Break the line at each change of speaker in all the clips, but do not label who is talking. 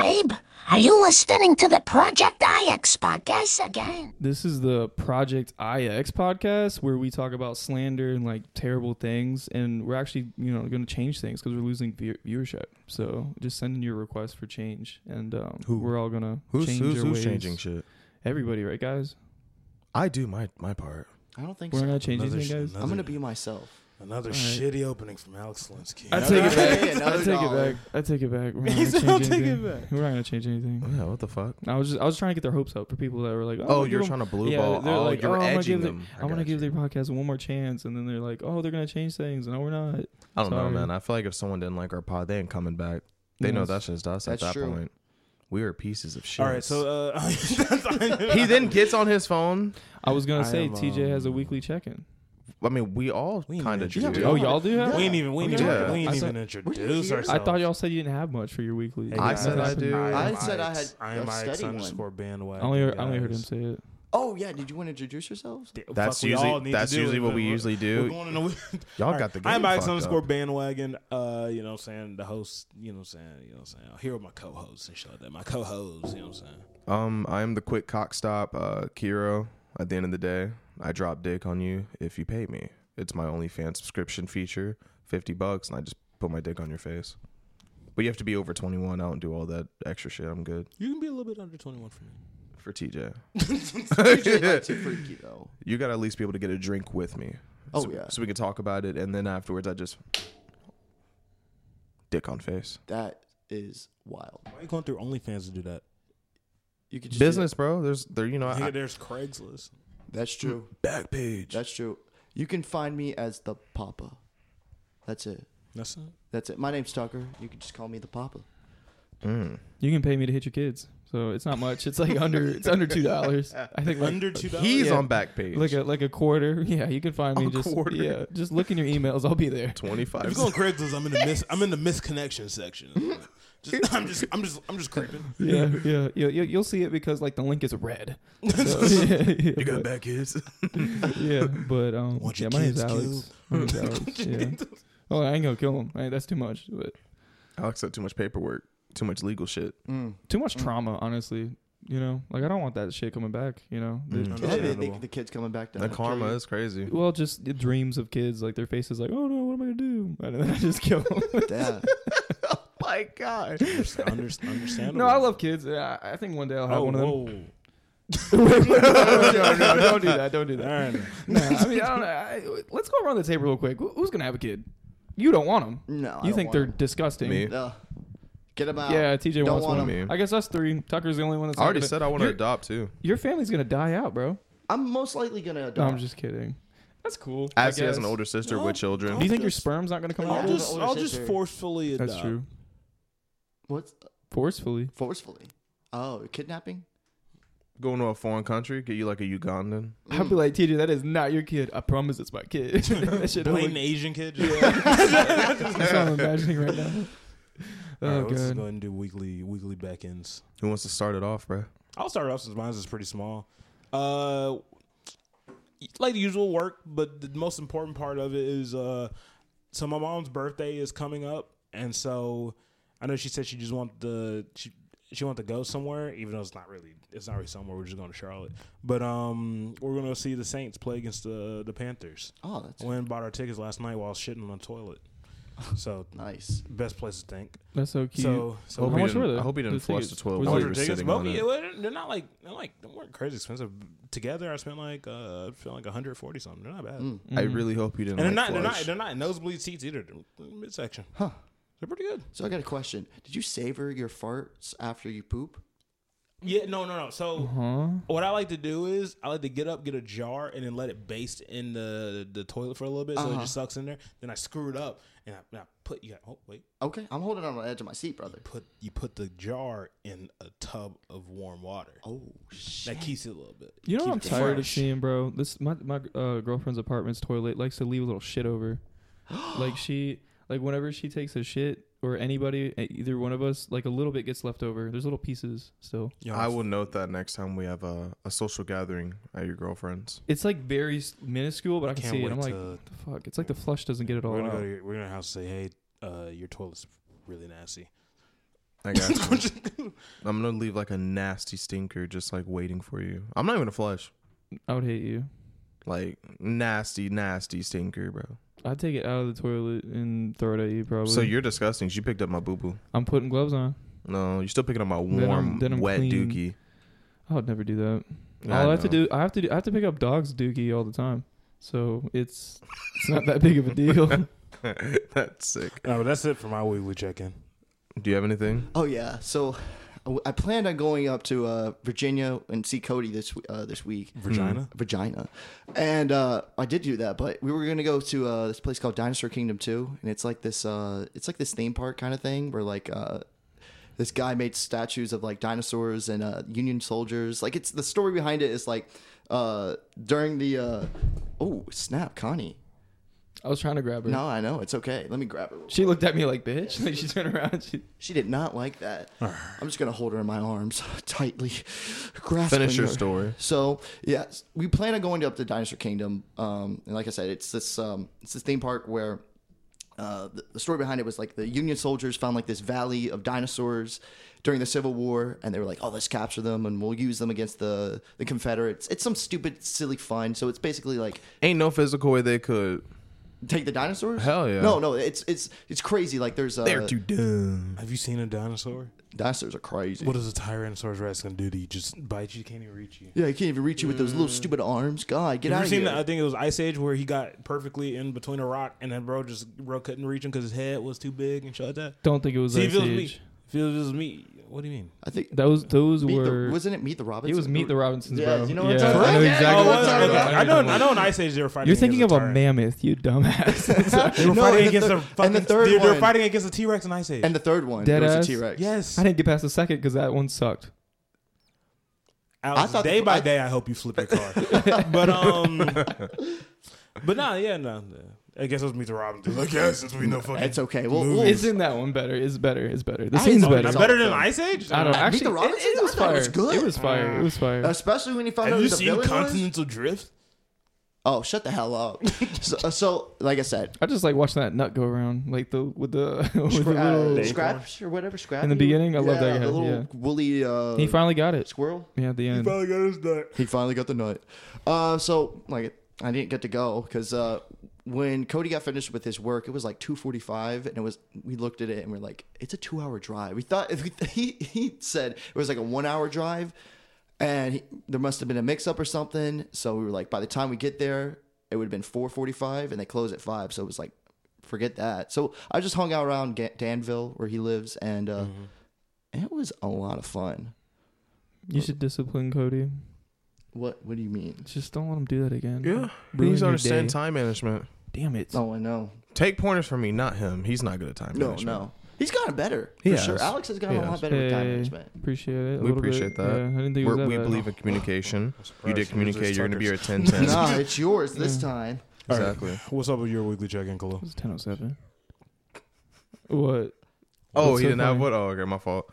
Babe, are you listening to the Project IX podcast again?
This is the Project IX podcast where we talk about slander and like terrible things, and we're actually you know going to change things because we're losing view- viewership. So just send in your request for change, and um,
Who?
we're all gonna
Who's
change
who's,
our
who's
ways.
changing shit?
Everybody, right, guys?
I do my my part.
I don't think
We're
so.
not gonna change
Another sh-
anything, guys.
I'm gonna be myself.
Another
All right.
shitty opening from Alex Linsky.
I take it
Hey,
back. I
another
take it
dollar.
back. I take it back. We're not
He
gonna
said,
change
"I'll take it
anything.
back.
We're not gonna change anything.
Yeah, what the fuck?
I was just I was trying to get their hopes up for people that were like,
Oh,
I'll give
you're
'em-
trying to blue
yeah,
ball.
they're
oh,
like,
you're
oh, I'm gonna
edging
give the-
them.
I want to
got
give their
you.
podcast one more chance, and then they're like, "Oh, they're gonna change things," and no, we're not.
I don't know,
Sorry.
man. I feel like if someone didn't like our pod, they ain't coming back. They know
Yes.
that's just us at that
That's true.
point. We are pieces of shit.
All right, so uh,
he then gets on his phone.
I was gonna
I
say
am,
TJ has a
um,
weekly check-in.
I mean, we all
We
kind of
need to
do.
do
Oh,
Oh,
y'all do have?
we ain't even we ain't
Okay.
even,
Yeah.
we ain't
I
even
said-
introduce
here? I
ourselves.
I thought y'all said you didn't have much for your weekly.
Hey,
I
guys,
said I
I'm
do.
Ike.
I said I had-
I'm
I
Ike's
studied one.
underscore bandwagon.
I only heard, I only heard him
guys.
say it.
Oh yeah, did you want to introduce yourselves?
D-
That's
fuck, we all
usually
need
that's
to do
usually
it,
what
but
we
we're-
usually
We're
do.
going in the,
Y'all
All
got the
right,
game.
I'm Ike's
fucked
underscore
up.
bandwagon. Uh, you know what I'm saying? The host, you know what I'm saying? You know what I'm saying? I'm here with my co hosts and shit like that. My co hosts, you know what I'm saying?
Um, I'm the quick cock stop, uh, Kiro. At the end of the day, I drop dick on you if you pay me. It's my OnlyFans subscription feature, fifty bucks, and I just put my dick on your face. But you have to be over twenty one. I don't do all that extra shit. I'm good
You can be a little bit under 21 for me.
for TJ.
TJ likes it freaky though.
You gotta at least be able to get a drink with me.
Oh,
so,
yeah.
So we can talk about it, and then afterwards, I just dick on face.
That is wild.
Why are you going through OnlyFans to do that?
You could just do
Business, bro. There's there. You know,
I think
I,
there's Craigslist.
that. That's true.
Hmm.
back page.
That's true. You can find me as the Papa. That's it.
That's it.
That's it. My name's Tucker. You can just call me the Papa.
Mm.
You can pay me to hit your kids, so it's not much. It's like under it's under two dollars. I think like,
Under two dollars.
He's
Yeah.
on back page.
like a like a quarter. Yeah, you can find me
A
just
quarter.
yeah. Just look in your emails. I'll be there.
twenty
If
five.
you go on Craigslist, I'm in the mis- I'm in the misconnection section. Just, I'm just I'm just I'm just creeping.
Yeah, yeah, yeah. You, you'll see it because like the link is red. So,
you
yeah, yeah,
got
but-
back kids.
yeah, but um,
Want
yeah,
your
my name's
kids
Alex.
killed?
My name's Alex. Yeah. Oh, I ain't gonna kill him. I, that's too much. But
Alex had too much paperwork, too much legal shit.
too much
Mm.
trauma, honestly. You know, like I don't want that shit coming back. You know, The-
Mm.
No,
Yeah, they
understandable.
think the kid's coming back down.
The karma is crazy.
well, just the dreams of kids, like their faces, like, oh no, what am I gonna do? And then I just kill them. Oh
Yeah.
My God.
Underst- understandable.
no, I love kids. I, I think one day I'll have
Oh,
one of them.
whoa.
Wait, wait, no, no, no, don't do that. Don't do
All
that.
right.
No, I mean, I don't know. I, let's go around the table real quick. Who, who's gonna have a kid? You don't want them.
No. I
you
don't
think
want
they're
him.
disgusting.
Me.
No. Get him out.
Yeah, TJ
Don't
wants
want
one.
him.
I guess us three. Tucker's the only one that's. not
I already
gonna-
said I want to
Your-
adopt too.
Your family's gonna die out, bro.
I'm most likely gonna
No,
adopt.
I'm just kidding. That's cool. I
As he has an
guess.
older sister
No,
with children.
Do you
don't.
think your sperm's not gonna come
I'll
I'll
out?
do the
just
older
I'll just
sister.
forcefully adopt.
That's true.
What's
Forcefully.
forcefully? Oh, kidnapping.
Going to a foreign country, get you like a Ugandan.
I'd be like, TJ, that is not your kid. I promise it's my kid. that shit don't
Blatant
look,
Asian kid.
that's what I'm imagining right now.
All
Oh
right, let's
god.
go ahead and do weekly weekly back ends.
Who wants to start it off, bro?
I'll start off since mine's is pretty small. Uh, like the usual work, but the most important part of it is uh, so my mom's birthday is coming up, and so I know she said she just want the she she want to go somewhere, even though it's not really it's not really somewhere. We're just going to Charlotte, but um, we're gonna see the Saints play agast the the Panthers.
Oh, that's
I went and bought our tickets last night while shitting on the toilet. So
nice.
best place to think.
That's so cute.
So so
How
Hope he
much
didn't-
were they?
I hope he didn't
The
flush
tickets.
the toilet
Was
while
it-
you were
Tickets,
sitting
but
on
we-
it.
well, They're not like they're like they weren't crazy expensive. Together, I spent like uh, I spent like 140 something. They're not bad,
Mm.
I
Mhm.
really hope you didn't.
and they're
like,
not they're not
flush.
they're not nosebleed seats either. They're midsection.
Huh.
They're pretty good.
So I got a question. Did you savor your farts after you poop?
Yeah, no, no, no. So
Huh?
what I like to do is I like to get up, get a jar, and then let it baste in the the toilet for a little bit, so it
Uh-huh.
just sucks in there. Then I screw it up, and I, and I put you. Oh wait,
Okay, I'm holding on to the edge of my seat, brother.
put you put the jar in a tub of warm water.
Oh shit.
That keeps it a little bit.
You know what I'm
Keeps it
tired of
fresh.
seeing, bro? This my my uh, girlfriend's apartment's toilet likes to leave a little shit over. like she like whenever she takes a shit or anybody e- either one of us like a little bit gets left over. There's little pieces still.
You know,
I will note that next time we have a, a social gathering at your girlfriend's.
It's like very s- minuscule, but I can
Can't
see it.
wait
I'm like,
to-
what the fuck? It's like the flush doesn't get it all
We're gonna
out.
uh, go to your, we're gonna have to say, hey, uh, your toilet's really nasty.
I got you. I'm gonna leave like a nasty stinker just like waiting for you. I'm not even gonna flush.
I would hate you.
Like nasty, nasty stinker, bro.
I'd take it out of the toilet and throw it at you probably.
So you're disgusting. You picked up my boo boo.
I'm putting gloves on.
No, you're still picking up my warm,
Then I'm- then I'm
wet
clean.
dookie.
I would never do that.
I
all I have to
know.
do, I have to, do, I have to pick up dogs dookie all the time. So it's it's not that big of a deal.
That's sick.
No, that's it for my weekly check-in.
Do you have anything?
Oh yeah. So I- I planned on going up to uh, Virginia and see Cody this uh, this week. Mm-hmm.
Vagina.
Vagina, and uh, I did do that, but we were gonna go to uh, this place called Dinosaur Kingdom Two, and it's like this, uh, it's like this theme park kind of thing where like uh, this guy made statues of like dinosaurs and uh, Union soldiers. Like it's the story behind it is like uh, during the uh, oh snap, Connie.
I was trying to grab her.
No, I know it's okay. Let me grab her.
She looked at me like bitch. Like she turned around. She,
She did not like that. I'm just gonna hold her in my arms tightly, grasping
Finish your
her.
story.
So yes, we plan on going up to Dinosaur Kingdom. Um, and like I said, it's this um, it's this theme park where uh, the, the story behind it was like the Union soldiers found like this valley of dinosaurs during the Civil War, and they were like, "Oh, let's capture them and we'll use them against the the Confederates." It's some stupid, silly fun. So it's basically like
Ain't no physical way they could.
take the dinosaurs.
Hell yeah.
No, no, it's it's it's crazy. Like there's uh,
They're too dumb.
Have you seen a dinosaur?
dinosaurs are crazy.
What is a Tyrannosaurus Rex gonna do to you? Just bite you? Can't even reach you.
Yeah, I can't even reach you with those little stupid arms. God, get out
Have Mm. you
of
seen
here.
that? I think it was Ice Age where he got perfectly in between a rock and then bro just bro couldn't reach him because his head was too big and shit like that.
don't think it was
See, if
Ice
it was me,
Age.
if it was me, what do you mean?
I think
That was those
Meet
were.
the, wasn't it Meet the Robinson?
it was Meet the Robinsons,
Yeah,
bro.
you know what I'm
yeah,
talking
I know
about?
exactly.
Yeah,
Oh,
what
what
you're
I'm
talking
talking
about.
about.
I know, I know. In Ice Age, they were fighting.
You're thinking of
against
a
tyrant.
mammoth, you dumbass.
They
No,
were
and
fighting
the
against
thir-
a fucking.
and the third
they were
one.
fighting against a T Rex and Ice Age.
And the third one,
Dead
there was
ass?
a T Rex.
yes,
I didn't get past the second because that one sucked.
Alex,
I thought
day
the-
by
I-
day, I hope you flip your car. but um, but nah, yeah, no. I guess it was Meet the Robinson. Like, yeah, since we know fucking.
it's okay. Well, we'll-
It's in that one better. It's better. It's better. The
I
scene's
ain't-
better.
Not better than Ice Age.
I don't know.
Have
Actually,
the
it-
Robinsons?
it, was
I thought
fire.
it was good.
It was fire. It was fire.
especially when you found out
you
who the
seen
villain was.
Continental Drift?
Oh, shut the hell up. so, uh, so, like I said,
I just like watching that nut go around, like the with the, with the
scra- uh,
little.
Scraps or whatever. Scraps
In the beginning, I love that guy,
The little
yeah.
woolly uh,
He finally got it.
squirrel.
Yeah, at the end.
Probably got his nut.
He finally got the nut. Uh, so like I didn't get to go because uh, when Cody got finished with his work, it was like two forty five, and it was we looked at it and we're like, it's a two hour drive. We thought he he said it was like a one hour drive, and he, there must have been a mix up or something. So we were like, by the time we get there, it would have been four forty five, and they close at five. So it was like, forget that. So I just hung out around Ga- Danville where he lives, and uh, it was a lot of fun.
You should discipline Cody.
What What do you mean?
Just don't let him do that again.
Yeah,
Ruin
he needs to
your
understand
day.
time management.
Damn it.
Oh, I know.
Take pointers from me, not him. He's not good at time
No,
management.
no. He's gotten better.
He
for
has.
sure. Alex has gotten
He
a
has.
lot better with time
Hey.
management.
Appreciate it. a
We
little bit.
appreciate that.
Yeah, I didn't think it was
We're,
that
we
bad.
believe in communication. You did
surprised.
communicate.
Those
You're going to be our 10
nah, it's yours this time.
Exactly.
What's up with your weekly check-in, Khalil?
It was 1007. What?
Oh,
That's
he
so
didn't have
funny.
what? Oh, okay, my fault.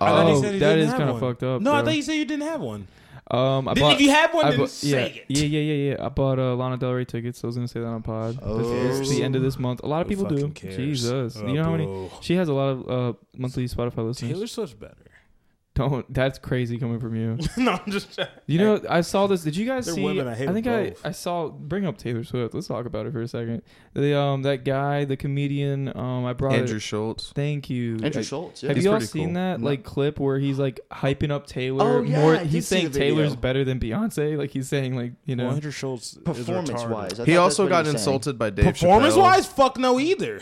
I thought he
Oh,
said he
that
didn't
is
have
kind of
one.
fucked up.
No, I
bro.
thought you said you didn't have one.
Um, I
Then
bought,
if you had one,
I
then
bought- yeah,
say it.
yeah, yeah, yeah, yeah. I bought uh, Lana Del Rey tickets. I was gonna say that on pod. This is
Oh.
the end of this month. A lot of
Who
people do.
fucking cares?
Jesus,
Oh,
you know how many?
bro.
She has a lot of uh, monthly Spotify listeners.
Taylor Swift's better.
Don't. That's crazy coming from you.
no, I'm just.
You know, I saw this. Did you guys
They're
see?
women, I hate
think
them
I,
both.
I saw. Bring up Taylor Swift. Let's talk about it for a second. The um that guy, the comedian. Um, I brought.
Andrew
It.
Schultz.
Thank you.
Andrew
I-
Schultz. Yeah.
Have
He's
you all
pretty
seen
cool.
that
No.
like clip where he's like hyping up Taylor?
Oh, yeah,
more,
I did
he's
see
saying
the video.
Taylor's better than Beyonce. Like he's saying like you know.
Andrew Schultz is retarded.
Performance-wise. I
He
thought
also
that's what
got
he was saying.
insulted by Dave Chappelle.
Performance-wise, fuck no either.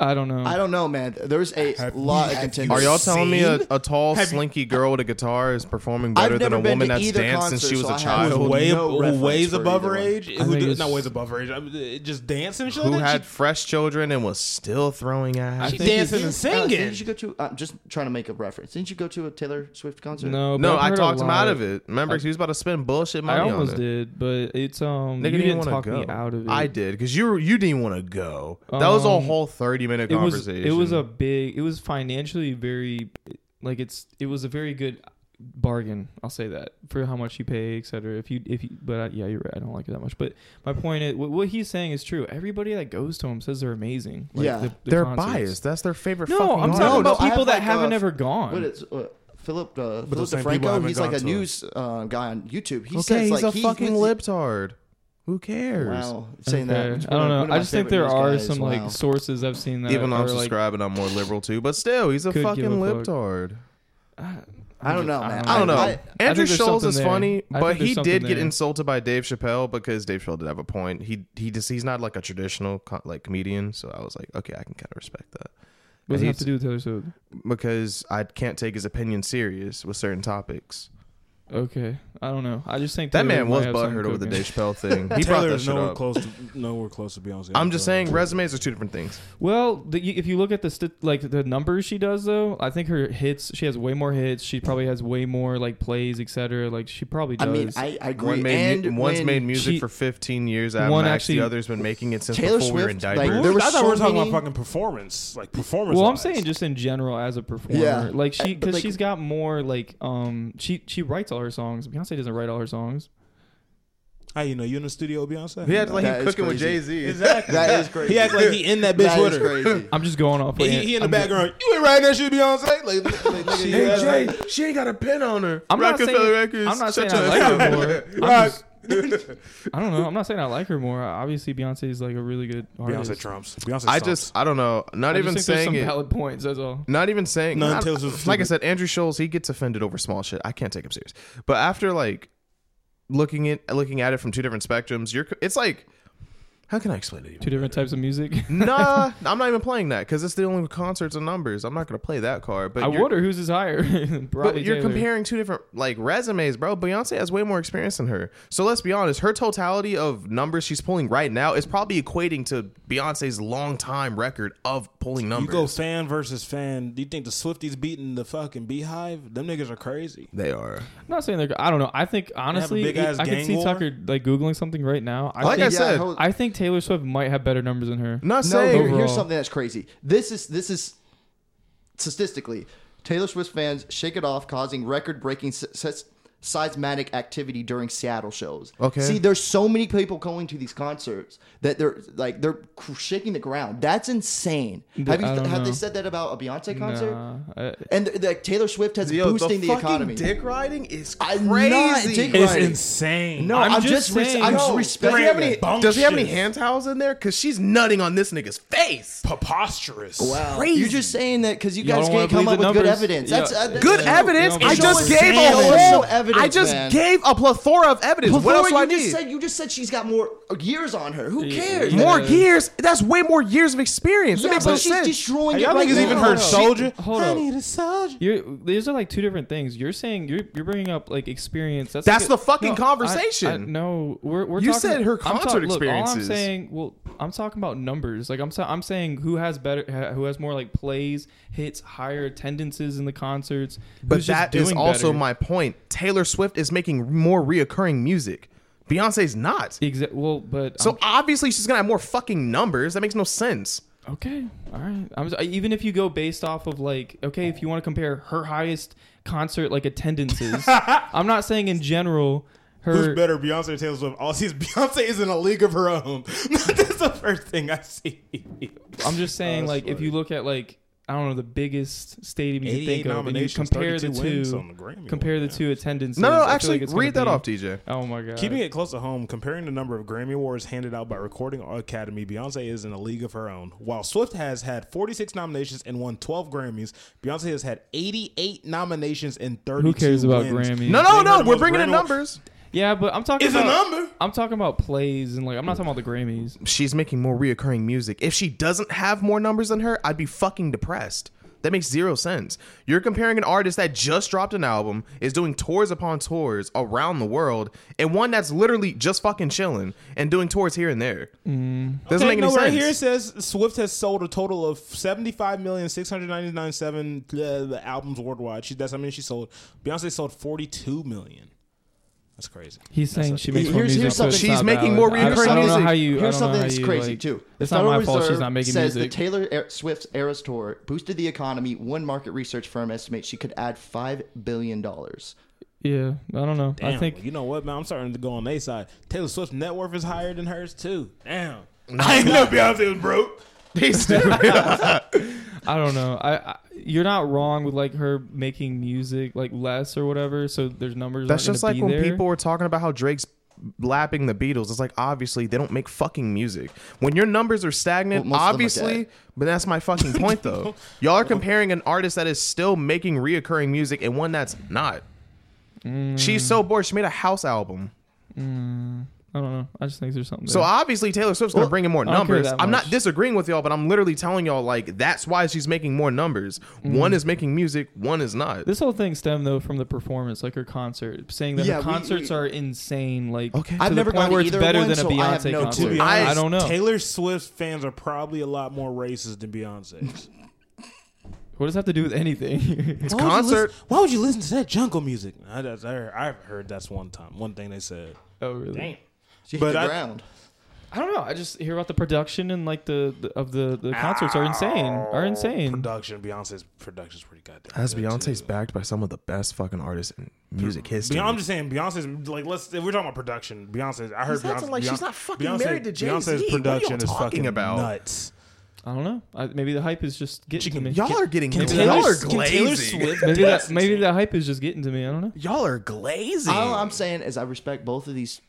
I don't know.
I don't know, man. There's a
Have
lot
you-
of
have
contenders.
Are y'all telling me a,
Seen?
a tall,
Have you-
slinky girl with a guitar is performing better than
never
a
been
woman
to
that's
either
danced since she
concert,
was
so
a
I
Who
have
was
no
child?
way,
no
who
reference
ways
for
above
either
her
one.
age.
I
Who
think
did, not
it's-
ways above her age. I mean, it- just dancing. and shit
Who
like that.
had fresh children and was still throwing ass.
she, she
think
dancing and
it's-
Alex,
singing.
Uh, didn't you go to? I'm just trying to make a reference. Didn't you go to a Taylor Swift concert?
No, but
No,
I've
I
heard a
talked him
lot
out of it. Remember, he was about to spend bullshit
I
money
almost
on it.
did, but it's um.
Nigga
you
didn't,
didn't,
want to
talk
go.
me out of it.
I did because you were, you didn't want to go. that was a
Um,
whole thirty minute
It was
conversation.
it was a big. It was financially very, like it's. It was a very good bargain. I'll say that for how much you pay, et cetera. If you, if you, but I, yeah, you're right. I don't like it that much. But my point is, what, what he's saying is true. Everybody that goes to him says they're amazing. Like,
Yeah.
They're
concerts.
biased. That's their favorite.
No,
fucking
I'm
artist.
talking
No,
about
no, I
people
have,
that
like,
haven't
uh,
ever gone.
What is uh, Philip? Uh, Philip
those same people
DeFranco.
haven't
He's like
gone
a
to
news uh, guy on YouTube. He
okay,
says
he's
like
a
he-
fucking
he-
libtard. Who cares?
Wow, saying that.
Okay.
it's
I
one
don't
of-
know.
one of
I
my
just think there
favorite news
are
guys.
some
Wow.
like sources I've seen that
Even though I'm
are like
subscribing, I'm more liberal too. But still, he's a
Could give
fucking
a fuck.
libtard.
I don't know, man.
I don't know.
I- I-
I
Andrew
think there's
Scholes
something
is
there. I
funny,
think
but
there's
he
something
did get
there.
insulted by Dave Chappelle because Dave Chappelle did have a point. He he just he's not like a traditional co- like comedian, so I was like, okay, I can kind of respect that.
What does it
And
have to
he's-
do with Taylor Swift?
because I can't take his opinion serious with certain topics.
Okay, I don't know. I just think
That
Taylor
man
might
was
have something
butthurt over the
cooking.
Dave Chappelle thing. He brought
Taylor
that
is
shit
nowhere
up.
close to nowhere close to Beyonce.
I'm just
So-
saying, resumes are two different things.
Well, the, you- if you look at the st- like the numbers she does though, I think her hits. She has way more hits. She probably has way more like plays, etc. Like she probably
I
does.
mean, I, I agree.
One made,
and
mu- one's
when
made music
she-
for 15 years. Adam
One
Max,
actually-
the other's been making it since
Taylor
before we were in
Swift, like,
diapers.
There
I
were
thought
so
we were talking
many-
about fucking performance, like performance.
well, I'm
wise.
saying just in general as a performer,
Yeah.
like she
I- but,
because
like-
she's got more like um she she writes all her songs. Beyonce doesn't write all her songs.
how you know you in the studio, with Beyonce?
He had like
That
him
is
cooking with Jay
crazy.
Z.
exactly.
That is crazy.
He act like he in that bitch
That
with
is
her.
crazy.
I'm just going off. what
He,
An-
he in the
I'm go-
background. You ain't writing that shit, Beyonce. Like, like, like, nigga, you ass-
Hey Jay, she ain't got a pen on her.
I'm not
Rockefeller
saying-
Records.
I'm not saying
shut
I
your
like
mouth.
her more. I'm
Rock.
just- I don't know. I'm not saying I like her more. Obviously, Beyonce is like a really good artist.
Beyonce trumps. Beyonce.
I
stomps.
just, I don't know. Not
I just
even
think there's
saying
some
it.
valid points. That's all.
Not even saying
None
not-
Taylor Swift
like I
stupid.
said, Andrew Scholes, he gets offended over small shit. I can't take him serious. But after like looking at looking at it from two different spectrums, you're it's like how can I explain it?
Two
Even?
different types of music.
nah, I'm not even playing that because it's the only concerts and numbers. I'm not gonna play that card. But
I
you're,
wonder whose is higher.
But
Probably
you're
Taylor.
comparing two different like resumes, bro. Beyonce has way more experience than her. So let's be honest, her totality of numbers she's pulling right now is probably equating to Beyonce's long time record of pulling
You go
numbers.
fan versus fan. Do you think the Swifties beating the fucking Beehive? Them niggas are crazy.
they are.
I'm not saying they're. I don't know. I think honestly,
big ass
I can
gang
see
war.
Tucker like googling something right now. I
Like I
think,
said,
hold-
I think Taylor Swift might have better numbers than her.
Not
No,
saying
here- here's
Overall.
something that's crazy. This is this is statistically Taylor Swift fans shake it off, causing record-breaking se- se- seismic activity during Seattle shows.
Okay.
See, there's so many people going to these concerts that they're like they're cr- shaking the ground. That's insane. have you
I don't
have they
know.
said that about a Beyonce concert?
Nah, uh, I-
And th- like Taylor Swift has
Yo,
boosting the,
fucking
economy.
Dick riding is
I'm not
crazy.
dick- It's Right.
insane.
No, I'm,
I'm
just,
just
res-
saying,
I'm
yo,
just
does
Does
respecting.
he have any?
it.
Does he have any hand towels in there? Cause she's nutting on this nigga's face.
Preposterous.
Wow. You're just saying that because you
Y'all
guys
don't wanna
can't come up
believe
with
the
good
numbers.
evidence.
Yeah.
That's, uh, that's
Good
no,
evidence.
no,
I
show
just
us
gave a
evidence.
whole.
Show evidence,
I just
man.
gave a plethora of evidence.
Before
what else do I
you
need?
just said you just said she's got more years on her. Who cares?
more
Yeah.
years. That's way more years of experience.
Yeah,
that makes
but
no
she's
sense.
destroying
Y'all
it right
niggas
now.
even
Hold
heard
up.
Soldier.
Hold up.
a soldier.
You're, these are like two different things. You're saying you're you're bringing up like experience. That's,
That's
like
the fucking
No, I-
conversation.
I- no, we're we're.
You
talking,
said her
I'm talk-
concert
look, all I'm
experiences.
saying, well, I'm talking about numbers. Like I'm sa- I'm saying who has better, ha- who has more like plays, hits, higher attendances in the concerts.
But
who's just
that is
doing
also
better.
my point. Taylor Swift is making more reoccurring music. Beyonce's not.
Exa- well, but
So obviously she's gonna have more fucking numbers. That makes no sense.
Okay, all right. I'm s- even if you go based off of like, okay, if you want to compare her highest concert like attendances, I'm not saying in general
Who's
her.
better, Beyonce or Taylor Swift? All sees Beyonce is in a league of her own. That's the first thing I see.
I'm just saying like if you look at like I don't know the biggest stadium you can think of, and you compare the two, compare the two attendances.
No, no,
I feel
actually,
like it's gonna
read that
be-
off, DJ.
Oh my god,
Keeping it close to home, comparing the number of Grammy Awards handed out by Recording Academy, Beyonce is in a league of her own. While Swift has had 46 nominations and won 12 Grammys, Beyonce has had 88 nominations and 32
Who cares about
wins.
Grammys?
No, no,
They were
no.
the
We're
most
bringing in
random-
numbers.
Yeah, but I'm talking
It's a
about
number.
I'm talking about plays and like I'm not talking about the Grammys.
She's making more reoccurring music. If she doesn't have more numbers than her, I'd be fucking depressed. That makes zero sense. You're comparing an artist that just dropped an album, is doing tours upon tours around the world, and one that's literally just fucking chilling and doing tours here and there.
Mm.
Doesn't
Okay,
make any
no,
sense.
Right here it says Swift has sold a total of seventy-five million six hundred ninety-nine seven uh, albums worldwide. She, that's how many she sold. Beyonce sold forty-two million. That's crazy.
He's saying she makes more
Here's-
music.
here's
so it's
something-
not
She's making
valid.
more
I- I don't
reoccurring
know
music.
how you- I
Here's
don't
something
know how
that's
you,
crazy
like-
too. The
It's not
Federal
my fault she's
Reserve
not making
says
music.
the Taylor Air- Swift's Eras tour boosted the economy. One market research firm estimates she could add five billion dollars.
yeah, I don't know.
Damn,
I think
you know what, man. I'm starting to go on their side. Taylor Swift's net worth is higher than hers too. Damn. I didn't know Beyonce was broke.
I don't know. I, I you're not wrong with like her making music like less or whatever. So there's numbers.
That's
aren't
just
gonna
like
be
when
there.
people were talking about how Drake's lapping the Beatles. It's like obviously they don't make fucking music. When your numbers are stagnant,
Well, most of them are
obviously,
dead.
but that's my fucking point though. Y'all are comparing an artist that is still making reoccurring music and one that's not. She's so bored. She made a house album.
I don't know. I just think there's something.
So
there.
obviously Taylor Swift's gonna bring in more
I don't care
numbers.
that
I'm not
much.
disagreeing with y'all, but I'm literally telling y'all like that's why she's making more numbers.
Mm.
One is making music, one is not.
this whole thing stemmed though from the performance, like her concert, saying that
Yeah,
her
we-
concerts
we-
are insane. Like
Okay.
to
I've
the
never
point
gone
where
to
it's
either
better
one,
than a
so I have
Beyonce
no
concert.
clue.
I-
I don't know.
Taylor Swift's fans are probably a lot more racist than Beyonce's.
what does that have to do with anything?
It's
concert.
why would you listen to that jungle music? I, that's- I heard- I've heard that's one time, one thing they said.
oh really?
She hit
But
the
I-
ground.
I don't know. I just hear about the production and like the, the of the the concerts are insane. Are insane.
Production, Beyonce's production's pretty goddamn.
As
good,
Beyonce's
too.
backed by some of the best fucking artists in music history.
Beyonce, I'm just saying, Beyonce's like let's. If we're talking about production, Beyonce's. I heard
He's acting
Beyonce,
like she's
Beyonce-
not fucking
Beyonce-
married to Jay-Z. What are
Beyonce's
y'all
production is
talking
fucking
about?
nuts.
I don't know. I, maybe the hype is just getting to me.
Y'all are getting
Can
y'all
Taylor-
are
can Taylor
glazing.
Swift-
maybe that maybe the hype is just getting to me. I don't know.
Y'all are glazing.
All I'm saying is I respect both of these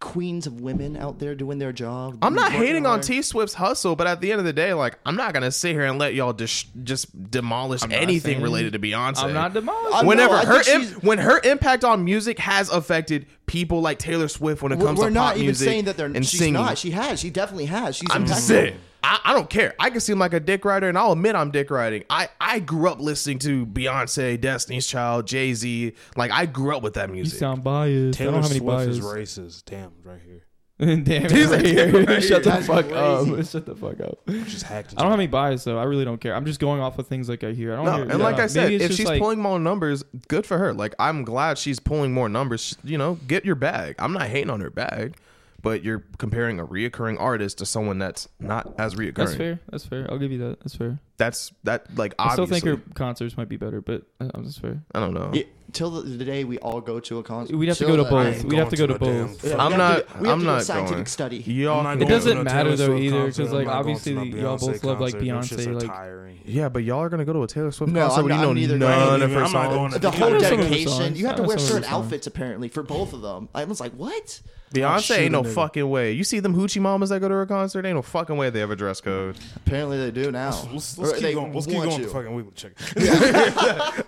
queens of women out there doing their job.
I'm not
working
hating on
hard.
T Swift's hustle, but at the end of the day, like I'm not gonna sit here and let y'all dis- just demolish anything
saying-
related to Beyonce.
I'm not demolished.
I'm-
Whenever
No, I
her
think
im-
she's-
when her impact on music has affected people like Taylor Swift when it
We're,
comes
we're
to
not
pop
even
music
saying that they're.
and
she's
singing.
not. She has. She definitely has. She's
I'm just
impactful.
saying. I, I don't care. I can seem like a dick rider, and I'll admit I'm dick riding. I, I grew up listening to Beyonce, Destiny's Child, Jay Z. Like I grew up with that
You
music.
sound biased. I
Taylor
don't have any
Swift
bias.
is racist. Damn, right here.
Damn it, right here. Shut the
That's
fuck up.
crazy.
Shut the fuck up.
Just hacked.
I don't have any bias though. I really don't care. I'm just going off of things like I hear. I don't
No,
hear,
and
yeah.
like I said,
Maybe it's
if
just
she's
like,
pulling more numbers, good for her. Like I'm glad she's pulling more numbers. You know, get your bag. I'm not hating on her bag, but you're comparing a reoccurring artist to someone that's not as reoccurring.
that's fair. That's fair. I'll give you that. That's fair.
That's that. Like
I still
obviously, I,
think her concerts might be better, but uh, that's fair.
don't know.
Yeah, till the, the day we all go to a concert.
We'd have to go
Till
to
the-
both.
I ain't
We'd have to go
going
to
to a damn
both.
fucking-
we
I'm
have
not.
to do- we have
I'm
to do a
not
scientific
going.
study.
Y'all
I'm not
can-
It
going
doesn't
to a
matter,
Taylor
though,
Swift
either, 'cause,
concert. I'm
like,
not going
obviously,
to no
y'all both
Beyonce
love, like,
concert. Them shits
Beyonce,
are
like-
tiring.
Yeah, but y'all are gonna go to a Taylor Swift
No,
concert.
I'm
when
not- I'm
you know
neither
none
going.
of her
I'm not going
songs.
to-
The
I
whole
know some of
those
dedication.
songs.
You have
I
to
know
wear
some of
certain
those songs.
outfits apparently for both of them. I was like, what?
Beyonce
shoot
ain't no
a nigga.
fucking way. You see them hoochie mamas that go to her concert. Ain't no fucking way they have a dress code.
Apparently they do now.
Let's,
Or
let's keep
they
going. Let's keep
want
going.
you.
with the Fucking Wiggle Chick.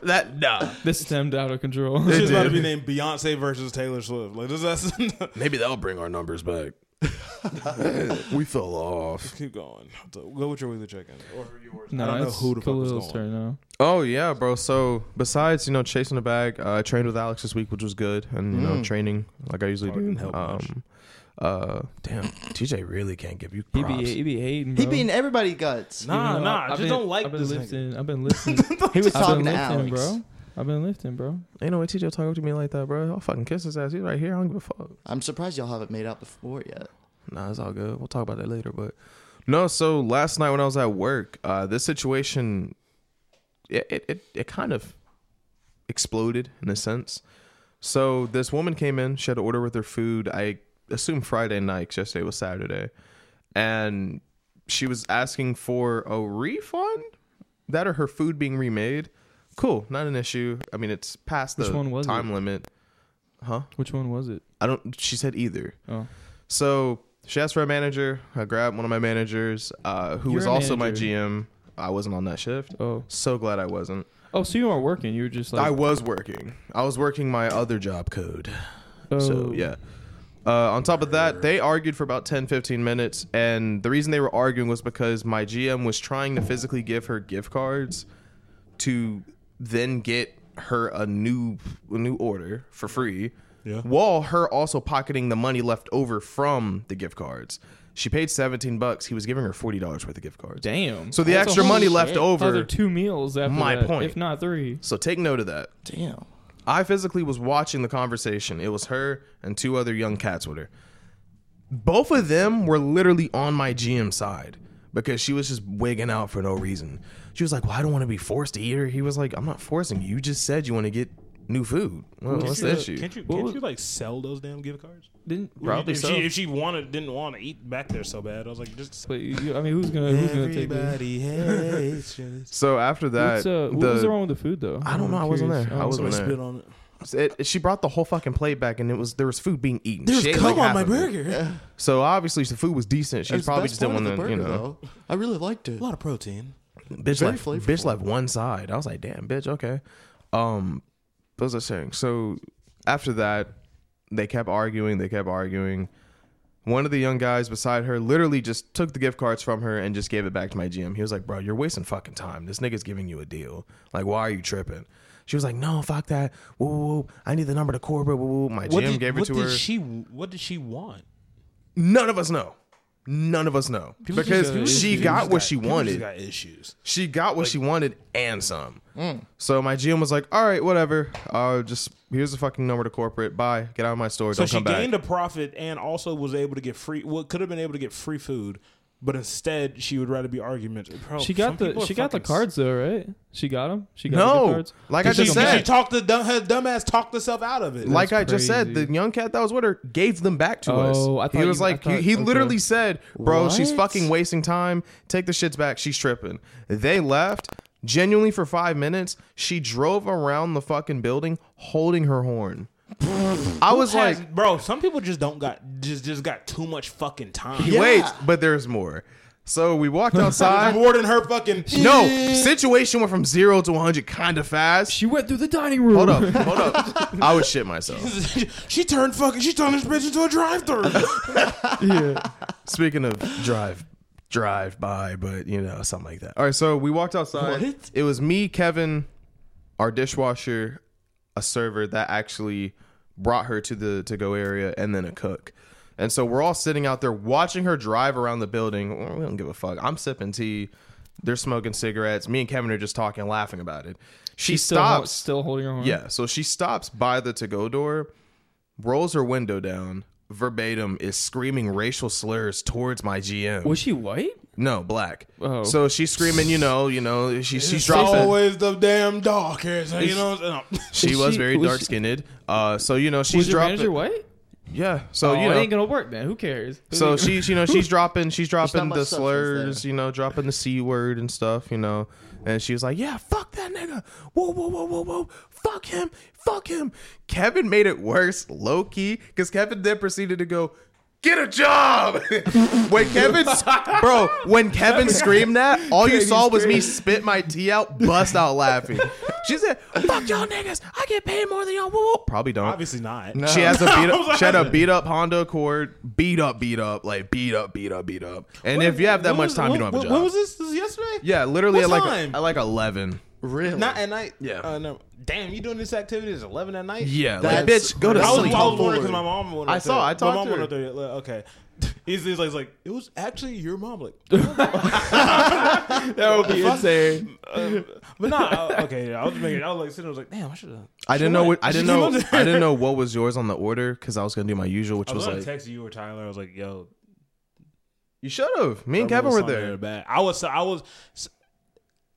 That nah.
This stemmed out of control.
She's about to be named Beyonce versus Taylor Swift. Like, does that
Maybe that'll bring our numbers back. we fell off.
keep going? So go with your Wiggle Chick. Or yours.
no,
I don't know
it's
who the fuck was
Khalil's
going.
turn now.
Oh yeah, bro. So besides you know chasing the bag, uh, I trained with Alex this week, which was good, and you know training like I usually do.
Probably didn't help much.
Um, uh, damn, TJ really can't give you
He
props.
be he be hating. Bro.
He beating everybody guts.
Even
Nah,
though
nah.
I-
I
I've
just
been-
don't like
I've been
this. nigga.
lifting. I've been lifting.
He was
I've been
talking to
lifting,
Alex.
bro. I've been lifting, bro.
Ain't no way TJ will talk to me like that, bro. I'll fucking kiss his ass. He's right here. I don't give a fuck.
I'm surprised y'all haven't made out before yet.
Nah, it's all good. We'll talk about that later. But no, so last night when I was at work, uh, this situation, it, it, it, it kind of exploded in a sense. So this woman came in. She had to order with her food. I assume Friday night. 'cause yesterday was Saturday, and she was asking for a refund. That or her food being remade. Cool, not an issue. I mean, it's past
Which
the
one was
time
it?
limit.
Which one was it?
I don't. She said either.
Oh,
So she asked for a manager. I grabbed one of my managers, uh, who
You're
was
a
also
manager.
my GM. I wasn't on that shift.
oh,
So glad I wasn't.
oh. So you weren't working. You were just like.
I was working. I was working my other job code.
oh,
So yeah. Uh, on top of that, they argued for about 10, 15 minutes, and the reason they were arguing was because my GM was trying to physically give her gift cards to then get her a new a new order for free.
Yeah.
While her also pocketing the money left over from the gift cards. She paid 17 bucks. He was giving her $40 worth of gift cards.
Damn.
So the
That's a
extra
whole
money
shit.
left
Those are
over.
two meals after
My
that,
point.
if not three.
So take note of that.
Damn.
I physically was watching the conversation. It was her and two other young cats with her. Both of them were literally on my GM side because she was just wigging out for no reason. She was like, "Well, I don't want to be forced to eat her." He was like, "I'm not forcing you. You just said you want to get new food. Well, what's the issue?"
Can't you
What
can't
was-
you like sell those damn gift cards?
Didn't
Probably
if
so.
She, if she wanted didn't want to eat back there so bad, I was like just.
But you, I mean, who's gonna who's gonna take this?
hates you.
So after that,
What's, uh, what was wrong with the food though?
I don't know. I
I'm
wasn't
curious.
there. I
Um,
wasn't there.
Somebody spit on it.
It, she brought the whole fucking plate back, and it was there was food being eaten. She ate, like, half of it. So obviously the food was decent. She
It's the
probably
best
just didn't
part
want
of
to,
the
you
burger,
know.
though. I really liked it.
of protein.
bitch
Very
left
flavorful.
bitch left one side. I was like, damn, bitch, okay. Um, what was I saying? So after that, they kept arguing, they kept arguing. One of the young guys beside her literally just took the gift cards from her and just gave it back to my GM. He was like, Bro, you're wasting fucking time. This nigga's giving you a deal. Like, why are you tripping? She was like, No, fuck that. Woo, woo, woo. I need the number to Cora. Woo, woo, woo. My GM gave it
what
to
did
her.
She, what did she want?
None of us know. None of us know.
People
because
just got
she
issues.
got what she
People just
wanted.
got issues.
She got what she wanted and some. So my GM was like, "All right, whatever. Uh, just here's the fucking number to corporate. Bye. Get out of my store.
So
Don't
she
come back."
gained a profit and also was able to get free. What could have been able to get free food, but instead she would rather be argumentative. Bro,
She
some
got the
people are
she got the
fucking-
cards though, right? She got them. She got
No.
the gift cards.
Like
Did
I
She,
she
just
get 'em
she
said.
talked the dumb, her dumbass talked herself out of it.
like I
That's
just said, the
crazy.
young cat that was with her gave them back to us.
Oh, I
he
thought
was
you- I
like,
thought-
he
okay.
literally said, "Bro, she's
What?
fucking wasting time. Take the shits back. She's tripping." They left genuinely for five minutes. She drove around the fucking building holding her horn. I was like,
Has- bro, some people just don't got just just got too much fucking time.
Yeah.
"Wait, but there's more." So we walked
There's
outside.
more than her fucking.
No, situation went from zero to 100 kind of fast.
She went through the dining room.
Hold up, hold up. I would shit myself.
she turned fucking. She turned this bitch into a drive-through.
yeah.
Speaking of drive, drive by, but you know, something like that. All right, so we walked outside.
What?
It was me, Kevin, our dishwasher, a server that actually brought her to the to go area, and then a cook. And so we're all sitting out there watching her drive around the building. Well, We don't give a fuck. I'm sipping tea. They're smoking cigarettes. Me and Kevin are just talking, laughing about it. She
She's still, hol-
stops.
still holding her horn.
Yeah, so she stops by the to go door, rolls her window down, verbatim is screaming racial slurs towards my GM.
Was she white?
no, black.
Oh.
So she's screaming, you know, you know, she, she's dropping.
always the damn dog here. so you know. what I'm saying?
She
Is
was
she-
very
was she-
dark skinned. Uh, so you know she's
Was your
dropping.
manager white?
Yeah. So
Oh,
you
it
know.
ain't gonna work, man. Who cares?
so she's you know she's dropping she's dropping
much
the
substance there.
slurs you know dropping the c word and stuff you know and she was like yeah fuck that nigga whoa whoa whoa whoa whoa fuck him fuck him Kevin made it worse low key because Kevin then proceeded to go. Get a job, when Kevin, bro. When Kevin screamed that, all you saw was me spit my tea out, bust out laughing. She said, "Fuck y'all niggas, I get paid more than y'all." Woo, woo." Probably don't.
Obviously not.
She has a beat
I
up.
was like-
she had a beat up Honda Accord, beat up, beat up, like beat up, beat up, beat up. And if you have that
When
much
was-
time, you
when-
don't have a
when-
job.
When was this? This was yesterday?
Yeah, literally
What
at like
time?
at like eleven.
Really?
Not at night.
Yeah.
Uh, no. Damn, you doing this activity is eleven at night.
Yeah, like
That's
bitch, go to
I was, I
sleep.
was
How
wondering because
bored.
my mom went.
I
up
saw,
there.
I talked
My mom
to her.
went up there. like, Okay. He's, he's like, he's like, it was actually your mom. Like,
that would be insane.
uh, but not uh, okay. Yeah, I was making. I was like sitting. I was like, damn, I should have.
I didn't know. What, I didn't
She
know.
loves it.
I didn't know what was yours on the order because I was gonna do my usual, which
I was
was
gonna
like
text you or Tyler. I was like, yo,
you should have. Me and
That
Kevin
was
were
something
there.
Bad. I was. I was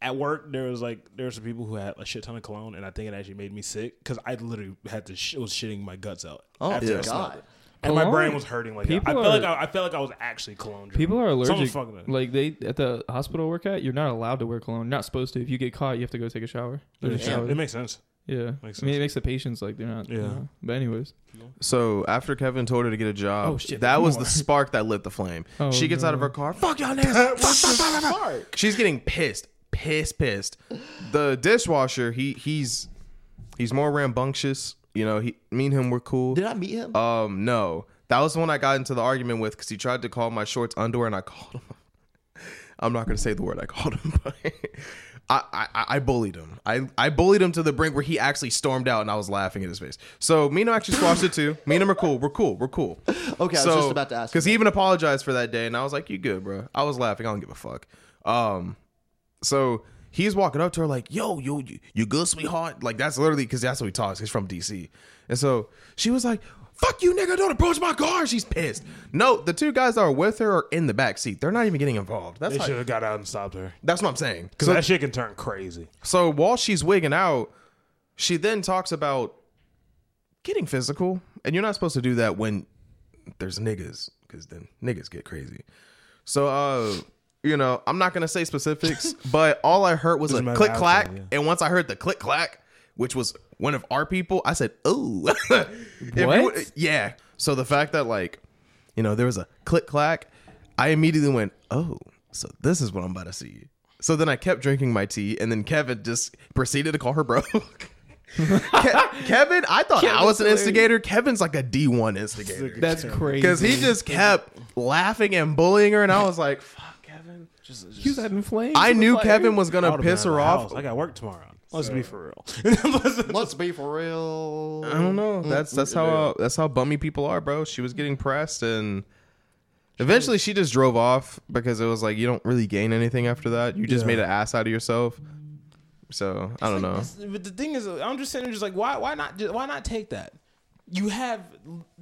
at work. There was like there were some people who had a shit ton of cologne, and I think it actually made me sick because I literally had to. Sh- was shitting my guts out.
Oh,
after
yeah.
I smelled
God.
it. And my
Cologne?
brain was hurting like that. I
People
felt like
are-
I, I felt like I was actually cologne. drunk.
People are
Someone's
allergic.
fucking up.
Like they at the hospital I work at, you're not allowed to wear cologne. You're not supposed to. If you get caught, you have to go take a shower. There's a
Yeah,
shower.
it makes sense.
Yeah,
Makes
I mean
sense.
it makes the patients like they're not. Yeah,
Yeah.
but anyways,
So after Kevin told her to get a job,
Oh, shit,
that
there's
was
more.
the spark that lit the flame.
Oh,
she gets out of
no.
her car. Fuck y'all niggas. She's getting pissed, pissed, pissed. The dishwasher, he he's he's more rambunctious. You know, he me and him were cool.
Did I meet him?
Um, no, that was the one I got into the argument with because he tried to call my shorts underwear, and I called him. I'm not gonna say the word I called him, but I, I I bullied him. I I bullied him to the brink where he actually stormed out, and I was laughing at his face. So me and him actually squashed it too. Me and him are cool. We're cool. We're cool.
Okay, I was just about to ask
because
you
he even apologized for that day, and I was like, "You good, bro?" I was laughing. I don't give a fuck. Um, so He's walking up to her like, "Yo, yo, you, you good, sweetheart?" Like that's literally because that's what he talks. He's from DC, and so she was like, "Fuck you, nigga! Don't approach my car." She's pissed. No, the two guys that are with her are in the back seat. They're not even getting involved. That's
They
how-
should have got out and stopped her.
that's what I'm saying.
Because
So-
that shit can turn crazy.
so while she's wigging out, she then talks about getting physical, and you're not supposed to do that when there's niggas, because then niggas get crazy. So, uh, you know, I'm not gonna say specifics, but all I heard was a
Doesn't matter
click
how
clack,
it's done,
and once I heard the click clack, which was one of our people, I said, "Ooh, If you
What?
would- yeah." So the fact that like, you know, there was a click clack, I immediately went, "Oh, so this is what I'm about to see." So then I kept drinking my tea, and then Kevin just proceeded to call her bro. Ke- Kevin, I thought I was an instigator. Kevin's like a D1 instigator.
That's crazy.
Because he just kept laughing and bullying her, and I was like, "Fuck, Kevin."
he was having flames.
I
He was
knew
like-
Kevin was
I
gonna
would've been
piss
out of
her
the
off.
house. I got work tomorrow. Let's be for real.
Let's be for real.
I don't
Mm,
know. That's that's how that's how bummy people are, bro. She was getting pressed, and eventually she just drove off because it was like you don't really gain anything after that. You just
Yeah.
made an ass out of yourself. So I don't know.
That's- But the thing is, I'm just sitting there, just like, why, why not, ju- why not take that? You have,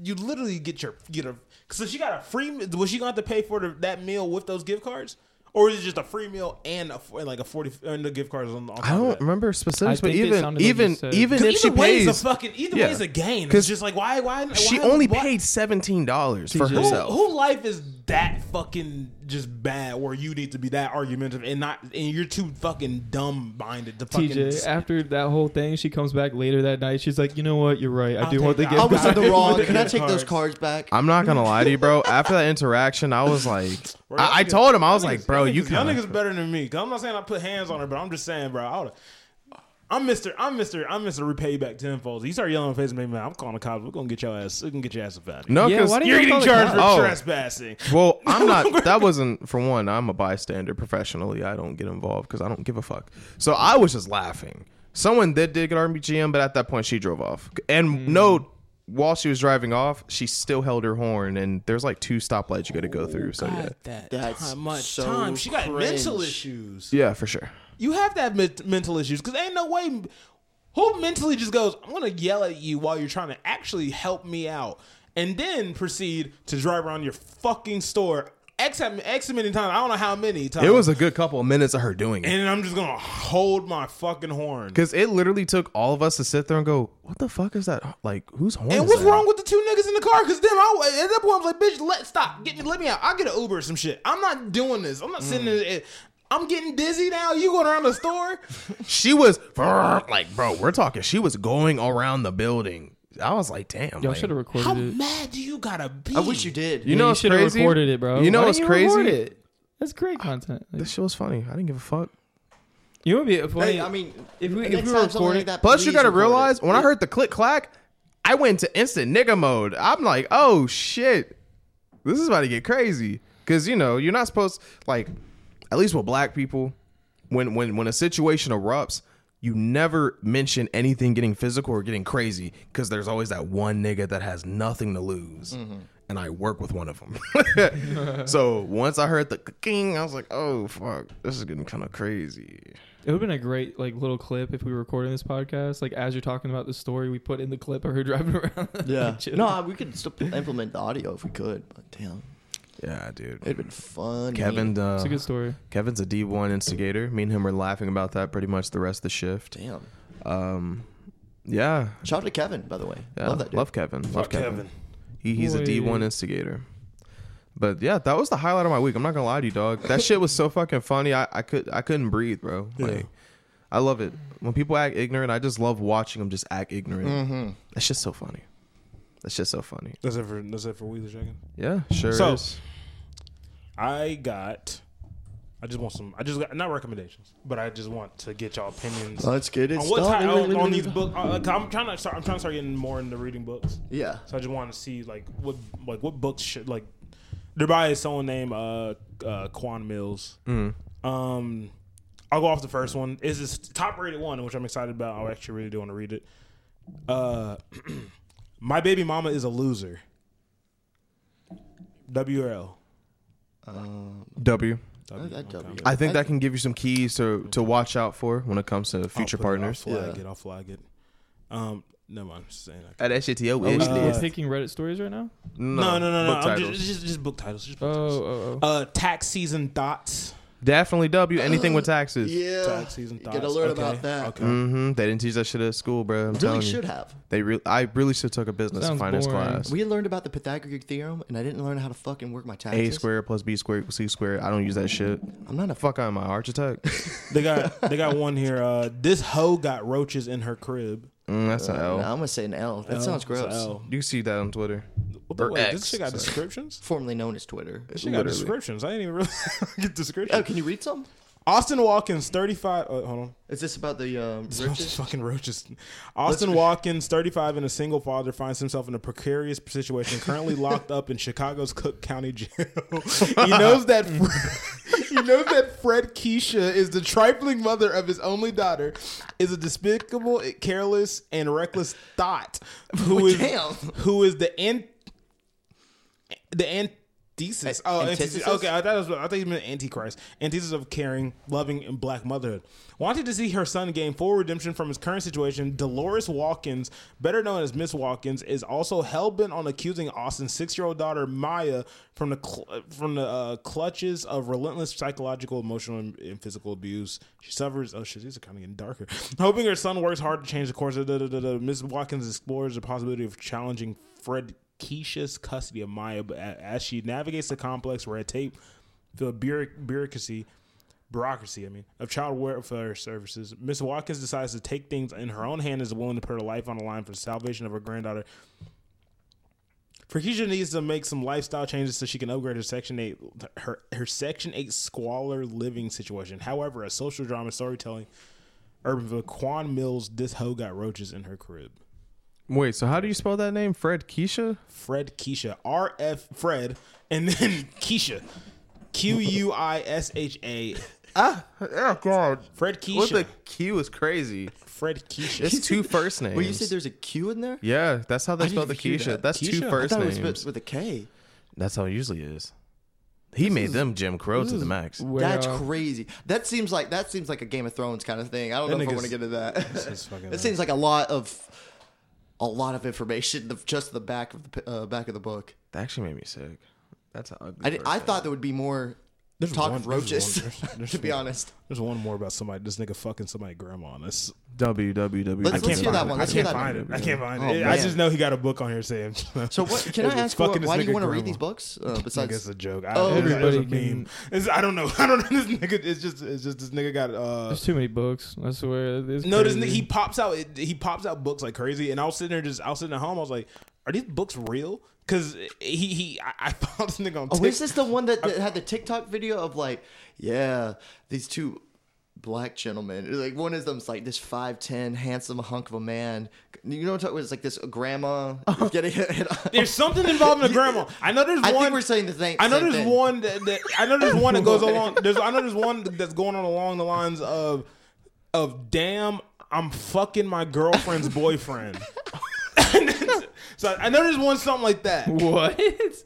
you literally get your get a. So she got a free. Was she gonna have to pay for the, that meal with those gift cards, or is it just a free meal and a and like a forty and the gift cards on? on top
I
Of
don't
that?
remember specifics,
I
but
think it
even
sounded like you
even
said-
even
Either
if she
way is a
pays,
fucking. Either
yeah.
way is a gain. It's
'Cause
just like why why why-
she
why-
only
why-
paid seventeen dollars for
TJ.
Who,
herself.
who life is that fucking just bad where you need to be that argumentative and not and you're too fucking dumb minded to fucking
TJ, after that whole thing, she comes back later that night. She's like, you know what? You're right. I
I'll
do want the
take
gift
I
that. I'll
was
card."
in the wrong.
With
Can I
the
take
cards.
those cards back?
I'm not gonna lie to you, bro. After that interaction, I was like,
Bro, y'all
I, I
niggas-
told him, I was
y'all
like,
niggas-
bro,
y'all
you
niggas, y'all
kind
niggas better than me. 'Cause I'm not saying I put hands on her, but I'm just saying, bro, I would. I'm Mister. I'm Mister. I'm Mister. Repay back tenfold. You start yelling in the face, man. I'm calling the cops. We're gonna get your ass. We can get your ass up out of here.
no,
Yeah,
because
why didn't
you're
you
getting
call the
charged for
cops?
Oh.
trespassing.
Well, I'm not. That wasn't for one. I'm a bystander professionally. I don't get involved because I don't give a fuck. So I was just laughing. Someone did dig at RBGM, but at that point she drove off. And no, while she was driving off, she still held her horn. And there's like two stoplights you got to go through. So yeah,
God, that
That's
time, much
so
time. She got mental
cringe.
issues.
yeah, for sure.
You have to have men- mental issues because ain't no way. Who mentally just goes, I'm gonna yell at you while you're trying to actually help me out, and then proceed to drive around your fucking store x x many times. I don't know how many times.
It was a good couple of minutes of her doing it
and I'm just gonna hold my fucking horn.
because it literally took all of us to sit there and go, "What the fuck is that? Like, whose horn?"
And
is
what's
that?"
wrong with the two niggas in the car? Cause then I at that point I was like, bitch, let stop, get me, let me out. I'll get an Uber or some shit. I'm not doing this. I'm not sitting there. eh, I'm getting dizzy now. You going around the store?
She was like, bro, we're talking. She was going around the building. I was like, damn.
Y'all
like-
should have recorded
How
it.
mad do you gotta be?
I wish you did.
You know,
you
what's
should have
crazy?
recorded it, bro.
You know
Why
what's
didn't you record
crazy?
it? That's great content. Like,
This shit was funny. I didn't give a fuck.
you would be funny.
Hey, I mean,
if we, if
next
we
time
were
something
recording,
like that.
Plus, you
please
gotta
record it.
realize when I heard the click clack, I went to instant nigga mode. I'm like, oh shit, this is about to get crazy. Cause you know you're not supposed like, at least with black people, when when when a situation erupts, you never mention anything getting physical or getting crazy. Cause there's always that one nigga that has nothing to lose.
Mm-hmm.
And I work with one of them. so once I heard the king, I was like, "Oh fuck, this is getting kind of crazy."
it would have been a great like little clip if we were recording this podcast. Like as you're talking about the story, we put in the clip of her driving around.
Yeah.
Chill.
no, I- we could still implement the audio if we could, but damn,
Yeah, dude.
it'd been fun.
Kevin, uh,
it's a good story.
Kevin's a D1 instigator. Me and him were laughing about that pretty much the rest of the shift.
damn.
Um, yeah.
Shout out to Kevin, by the way.
yeah.
Love that dude.
Kevin. Love,
Fuck
Kevin.
Kevin.
He, he's a
Boy.
D1 instigator. But yeah, that was the highlight of my week. I'm not gonna lie to you, dog. That shit was so fucking funny. I, I could I couldn't breathe, bro. Like, I love it when people act ignorant. I just love watching them just act ignorant. That's just so funny. That's just so funny.
That's it for that's it for Wheeler Chicken.
Yeah, sure
So-
is.
I got. I just want some. I just got not recommendations, but I just want to get y'all opinions
Let's get it
on what type
started.
on, on these books. Uh, 'cause I'm trying to start. I'm trying to start getting more into reading books.
Yeah.
So I just wanted to see like what like what books should like. There by his own name, uh, uh, Quan Mills.
Mm.
Um, I'll go off the first one. Is this top rated one, which I'm excited about. I actually really do want to read it. Uh, my baby mama is a loser. WRL.
W.
That'd
That- that'd
okay.
be-
I think that can give you some keys to to watch out for when it comes to future
I'll put it-
partners.
I'll flag
Yeah.
it. I'll flag it. Um, never mind. Just saying that.
Add that shit to your
Are
wish
we,
Uh,
we're
list.
picking Reddit stories right now?
No, no, no, no.
book
I'm
titles.
just, just, just book titles. Just
Oh,
book titles.
oh, oh.
Uh, tax season thoughts.
Definitely W. Anything with taxes.
Yeah,
Tax season
you
thoughts.
gotta learn
Okay,
about that.
Okay.
Mm-hmm. They didn't teach that shit at school, bro. I'm telling
Really
you.
should have.
They really, I really should have took a business and
Sounds
finance
boring.
class.
We learned about the Pythagorean theorem, and I didn't learn how to fucking work my taxes.
A squared plus B squared equals C squared. I don't use that shit.
I'm not a fuck.
Fuck, I'm an architect.
They got they got one here. Uh, this hoe got roaches in her crib.
Mm, that's an
Nah,
L.
I'm gonna say an L. That sounds
It's a
gross.
L.
You can see that on Twitter.
What the
Or
wait,
Oh, X,
This shit got
sorry.
descriptions.
Formerly known as Twitter.
She got
Literally.
descriptions. I didn't even really get descriptions.
Oh, can you read some?
Austin Watkins, thirty-five. Oh, hold on.
Is this about the um, riches?
Fucking roaches. Austin Watkins, 35 and a single father, finds himself in a precarious situation, currently locked up in Chicago's Cook County Jail. he knows that he knows that Fred Keisha is the trifling mother of his only daughter, is a despicable, careless, and reckless thought who is
Damn.
who is the an the antithesis. Oh,
antithesis?
antithesis. Okay, I thought, it was, I thought you meant antichrist. Antithesis of caring, loving, and black motherhood. Wanted to see her son gain full redemption from his current situation. Dolores Walkins, better known as Miss Walkins, is also hell bent on accusing Austin's six-year-old daughter Maya from the cl- from the uh, clutches of relentless psychological, emotional, and, and physical abuse. She suffers. Oh shit, these are kind of getting darker. Hoping her son works hard to change the course. of da, da, da, da. Miss Watkins explores the possibility of challenging Fred Keisha's custody of Maya, but a- as she navigates the complex red tape, the bureau- bureaucracy, bureaucracy, I mean, of child welfare services, Miss Watkins decides to take things in her own hand and is willing to put her life on the line for the salvation of her granddaughter. Keisha needs to make some lifestyle changes so she can upgrade her Section Eight, her her Section Eight squalor living situation. However, a social drama storytelling, Urbanville Quan Mills, this hoe got roaches in her crib.
Wait, so how do you spell that name? Fred Keisha?
Fred Keisha. R F Fred and then Keisha. Q U I S H A.
Ah, oh God.
Fred Keisha.
What the Q is crazy.
Fred Keisha.
It's two first names.
Well, you said there's a Q in there.
yeah, that's how they
didn't
spell the
hear
Keisha.
that.
That's
Keisha?
two
I
I
first
thought it was
names.
spelled with a K.
that's how it usually is. He made them Jim Crow to the max.
Way
That's
off.
crazy. That seems like that seems like a Game of Thrones kind of thing. I don't
That
know if I
nigga's-
want to get into that.
is fucking
It seems like a lot of a lot of information of just the back of the p- uh, back of the book.
That actually made me sick. That's an ugly.
I, did,
first
I
name.
thought there would be more
There's
talk
one-
of
there's
roaches.
one- there's- there's
to be
one.
honest,
There's one more about somebody. This nigga fucking somebody grandma on us.
W W W.
Let's- let's hear
find
that
it.
one.
I
Let's
can't
hear that
find
one.
it. I can't find
Oh,
it. I
man.
just know he got a book on here saying.
so what? Can I ask? Why,
fucking
why
this
do you
nigga
want to read
grandma.
these books? Uh,
I think it's
besides,
a joke.
Oh,
I, it's, it's a
everybody can-
meme. It's, I don't know. I don't know. This nigga. It's just. It's just. This nigga got. Uh,
There's too many books. I swear. It's
No, this
crazy.
nigga, he pops out. it- He pops out books like crazy, and I was sitting there just. I was sitting at home. I was like, "Are these books real?" Because he he, I, I found this nigga on.
oh,
TikTok.
is this the one that, that had the TikTok video of like, yeah, these two black gentlemen? Like one of them's like this five ten handsome hunk of a man. You know what I'm talking about? It's like this grandma getting hit. hit
There's something involving a grandma. I know there's
I
one.
think we're saying the same.
I know
same
there's
thing.
one that, that I know there's one that goes along. There's I know there's one that's going on along the lines of of damn, I'm fucking my girlfriend's boyfriend. so I know there's one something like that.
What?
It-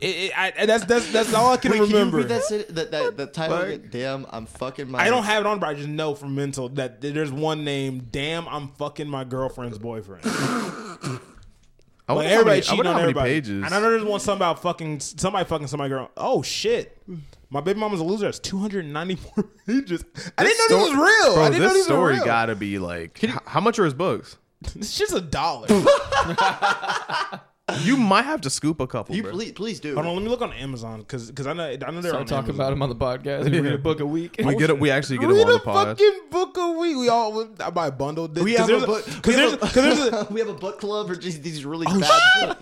it- I- and that's that's that's all I can
Wait, can you
remember.
read that, sen- that, that the title? again? Damn, I'm fucking my.
I don't have it on, but I just know from mental that there's one name. Damn, I'm fucking my girlfriend's boyfriend.
I
Like
wonder how
everybody
many, I
cheating
wonder
on
how many
everybody.
pages.
And I know there's one something about fucking somebody fucking somebody girl. Oh shit. My baby mama's a loser. That's 294 pages. I didn't know this
Sto-
was real.
Bro,
I didn't
this
know these
story
were real.
gotta be like. h- how much are his books?
It's just a dollar.
You might have to scoop a couple.
You
bro.
please, please do.
Hold on, let me look on Amazon because I know I know they're
Start
on
talking
Amazon.
about him on the podcast. We read a book a week.
We get. A, we actually get him
Read
on
a
the pod.
fucking book a week. We all I buy bundled.
we have a book.
because
we have
there's
a-
because there's a Oh,
we have a book club for just these really bad.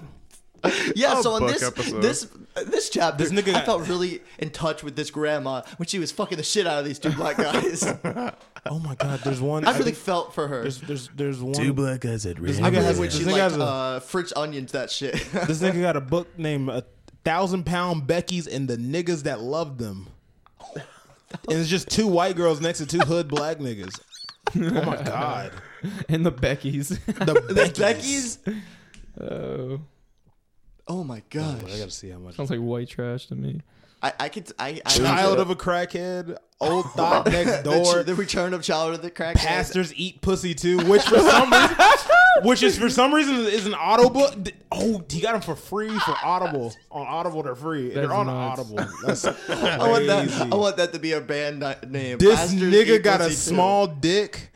books. Yeah, so in
book
this
episode.
this this chapter,
This nigga
I
got-
felt really in touch with this grandma when she was fucking the shit out of these two black guys.
oh my god. There's one.
I really
think
felt for her.
there's there's there's one.
black guys at
I
I got-
really
guys-
when
this
she
nigga
like
has a-
uh, French onions that shit.
This nigga got a book named A Thousand Pound Becky's and the Niggas That Love Them. And it's just two white girls next to two hood black niggas. Oh my god.
and the Beckys.
The
the
Becky's.
Becky's.
oh,
Oh my
I
gosh!
Oh, gotta see how much.
sounds like white trash to me.
I, I could. I, I
Child of a crackhead, old thought next door.
the return of child of the crack.
Pastors eat pussy too, which for some reason, which is for some reason is an audible. Oh, he got them for free for Audible. On Audible, they're free. they're
That's
on
nuts.
Audible. That's
I want
crazy.
that. I want that to be a band ni- name.
This
Pastors
nigga
Eat
got a
Pussy Too.
small dick.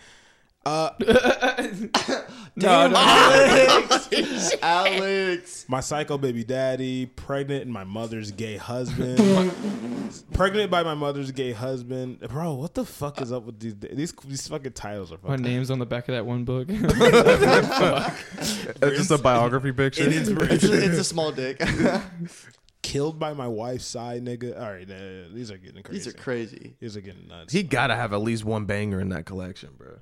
No, no,
Alex. Alex.
My psycho baby daddy, pregnant and my mother's gay husband. pregnant by my mother's gay husband. Bro, what the fuck is up with these these these fucking titles are
My
fucking
name's on the back of that one book.
It's Uh, just a biography picture.
It's a, it's a small dick.
killed by my wife's side nigga. All right, nah, these are getting crazy.
These are crazy.
These are getting nuts.
He gotta have at least one banger in that collection, bro.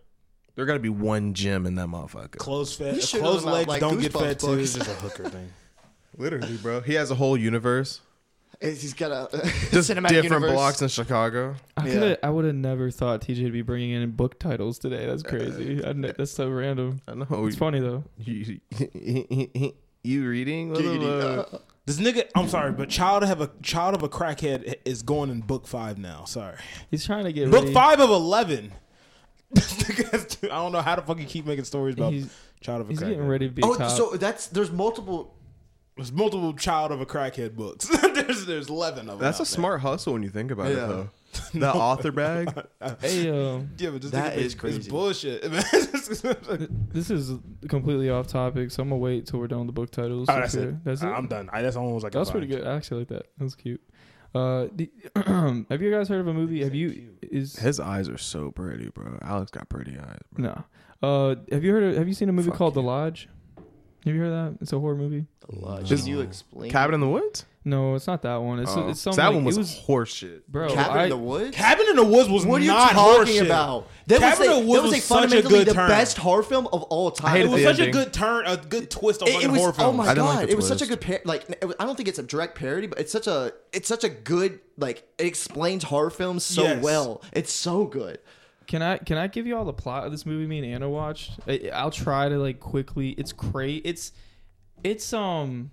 There gotta be one gem in that motherfucker.
Close fed,
You should
close
know about,
legs
like,
don't get
Goosebumps
fed too.
books.
It's just a hooker thing.
Literally, bro. He has a whole universe.
It's- He's got a
Just
cinematic
different
universe.
blocks in Chicago.
I
Yeah.
could have I would have never thought TJ would be bringing in book titles today. That's
Uh,
crazy. I kn- that's so random.
I know.
It's funny though.
You, you reading? What the
Giggity.
fuck?
This nigga, I'm sorry, but child have a child of a crackhead is going in book five now. Sorry,
He's trying to get
book
ready.
five of eleven. This nigga has to- I don't know how the fuck you keep making stories about
He's-
child of a
He's
crackhead.
getting ready to be a
Oh,
cop.
so that's there's multiple.
There's multiple child of a crackhead books. there's there's eleven of them.
That's a
out
smart hustle when you think about
Yeah.
it, though. The author bag.
hey, uh,
there. Yeah, but this
That
nigga
is
is crazy.
crazy.
bullshit. man. Alright,
this is completely off topic, so I'm gonna wait till we're done with the book titles.
that's
Okay.
it. I'm done. I, that's the only ones I
That
can
was pretty
find.
good. I actually like that. That was cute. Uh, the, have you guys heard of a movie? Have you is
His eyes are so pretty, bro. Alex got pretty eyes. Bro.
no? Uh, have you heard? Of, have you seen a movie
Fuck
called
you.
The Lodge? Have you heard of that? It's a horror movie.
Just you explain.
Cabin in the Woods.
No, it's not that one. It's,
Oh.
it's some
that
like-
one was,
it
horseshit.
bro.
Cabin
I-
in the woods.
Cabin in the Woods was
What are you
not
talking
horseshit.
about? That
Cabin
was,
in
a,
the Woods
that was, a
was such a
fundamentally
good
the
turn.
best horror film of all time.
hated
It was
the
such a
ending.
good turn, a good twist on
It, it
fucking
was
horror
oh
films.
my
I
god!
didn't like the
it was such a
twist.
good par- like it was- I don't think it's a direct parody, but it's such a it's such a good like it explains horror films so
Yes.
well. It's so good.
Can I can I give you all the plot of this movie me and Anna watched? I, I'll try to like quickly. It's crazy. It's it's um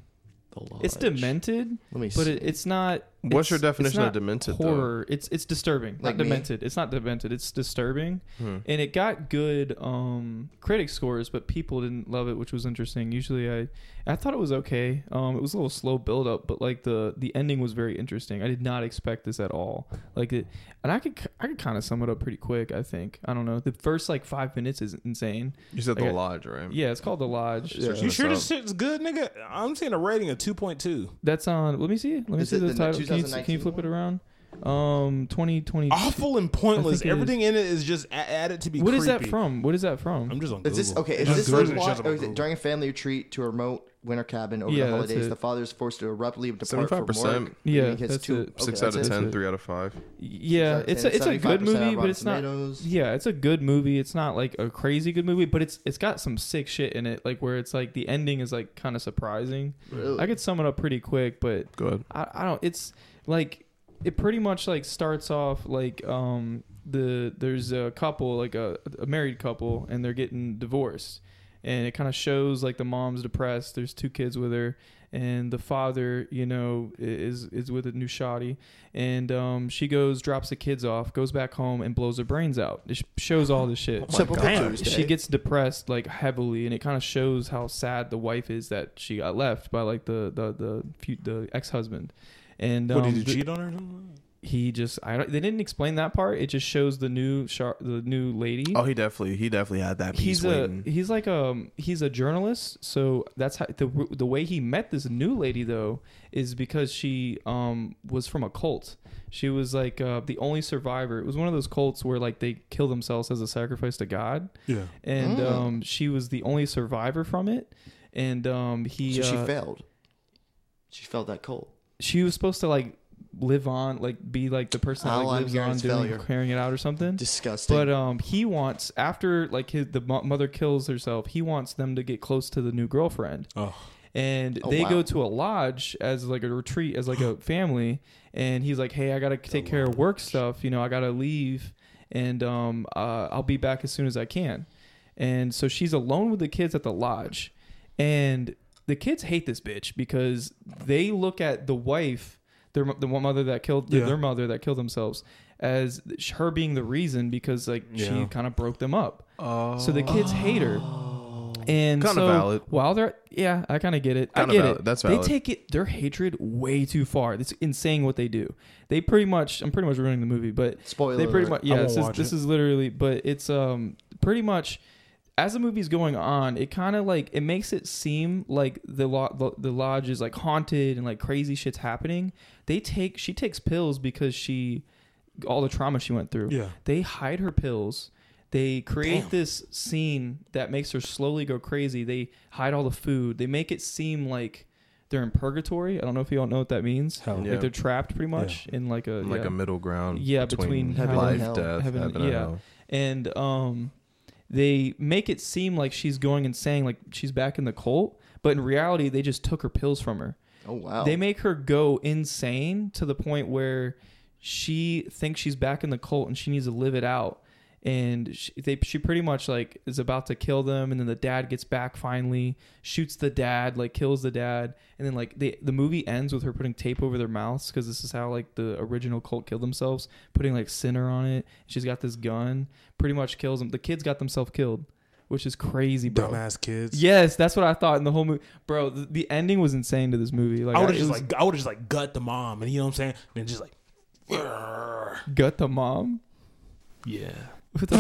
it's demented.
Let me
but
see.
it, it's not. it's-
What's your definition
it's
of
not
demented, though?
Horror. It's it's disturbing. not
Like me?
demented. It's not demented. It's disturbing, and it got good um critic scores, but people didn't love it, which was interesting. Usually, I I thought it was okay. Um, it was a little slow build up, but like the the ending was very interesting. I did not expect this at all. Like it, and I could I could kind of sum it up pretty quick. I think I don't know. The first like five minutes is insane.
You said
Okay.
the lodge, right?
Yeah, it's called The Lodge.
Yeah.
You sure this shit's good, nigga? I'm seeing a rating of 2.2.
That's on. Let me see. Let me
Is
see
it
the,
the
title. Can you, can you
2019
flip it around? Um, twenty twenty.
Awful and pointless.
it is.
Everything in it is just a- added to be.
What
creepy.
is that from? What is that from?
I'm just on.
Is this
Google.
okay?
I'm
Is
just
this
Googling
the
shit
plot,
up
or
on
is
Google.
it during a family retreat to a remote winter cabin over
Yeah,
the
that's
holidays?
it.
The father is forced to abruptly depart for
75%.
work.
Yeah,
leaving his
that's
two-
it.
okay,
Six
that's
out of
it.
ten,
it.
three out of five.
yeah,
Six
it's
out
a
of
it's a
75%
good movie,
on
but
Rotten
it's not.
Tomatoes.
Yeah, it's a good movie. It's not like a crazy good movie, but it's it's got some sick shit in it. Like where it's like the ending is like kind of surprising.
Really?
I could sum it up pretty quick, but
Go ahead.
I, I don't it's like it pretty much like starts off like um the there's a couple like a, a married couple and they're getting divorced and it kind of shows like the mom's depressed there's two kids with her and the father you know i- is is with a new shoddy and um she goes drops the kids off goes back home and blows her brains out it sh- shows all this shit
Typical Tuesday.
she gets depressed like heavily and it kind of shows how sad the wife is that she got left by like the the the, fu- the ex-husband and um,
What did you
th-
cheat on her? or something?
he just I don't, they didn't explain that part it just shows the new shar the new lady
Oh, he definitely, he definitely had that piece.
he's a
waiting.
he's like um he's a journalist so that's how the, the way he met this new lady though is because she um was from a cult she was like uh, the only survivor it was one of those cults where like they kill themselves as a sacrifice to god
Yeah.
and um she was the only survivor from it and um he
So she
uh,
failed. She failed that cold.
she was supposed to like live on like be like the person that
All
like,
I'm
lives
hearing
on
is
doing
failure.
carrying it out or something
Disgusting.
but um, he wants after like his the mo- mother kills herself. He wants them to get close to the new girlfriend,
Oh.
and they
wow.
go to a lodge as like a retreat as like a family. And he's like, "Hey, I gotta take care of work stuff. You know, I gotta leave, and um, uh, I'll be back as soon as I can." And so she's alone with the kids at the lodge, and the kids hate this bitch because they look at the wife their mo- the one mother that killed
Yeah.
their mother that killed themselves as sh- her being the reason because like
Yeah.
she kind of broke them up. So the kids hate her. And
Kinda
so
valid.
while they're yeah, I kind of get it.
Kinda
I get
valid.
it.
That's
They
valid.
take it their hatred way too far. It's insane what they do. They pretty much I'm pretty much ruining the movie, but
Spoiler
they pretty much
alert.
yeah.
won't
This is,
watch
this
it.
is literally, but it's um pretty much as the movie's going on, it kind of like it makes it seem like the lo- the lodge is like haunted and like crazy shit's happening. They take she takes pills because she all the trauma she went through.
Yeah.
They hide her pills. They create this scene that makes her slowly go crazy. They hide all the food. They make it seem like they're in purgatory. I don't know if you all know what that means.
Hell
yeah.
Like they're trapped pretty much in like a
like
yeah
a middle ground.
Yeah, between heaven
life,
and hell.
death,
heaven,
heaven,
yeah.
and hell.
And um, they make it seem like she's going and saying like she's back in the cult, but in reality, they just took her pills from her.
Oh wow.
They make her go insane to the point where she thinks she's back in the cult and she needs to live it out. And she, they, she pretty much like is about to kill them, and then the dad gets back finally, shoots the dad, like kills the dad, and then like they, the movie ends with her putting tape over their mouths because this is how like the original cult killed themselves, putting like sinner on it. She's got this gun, pretty much kills them. The kids got themselves killed, which is crazy, bro.
dumbass kids.
Yes, that's what I thought in the whole movie, bro. The, the ending was insane to this movie. Like
I would have
it
just
was-
like I would have just like gut the mom, and you know what I'm saying? And just like, "Grr."
gut the mom.
yeah.
What the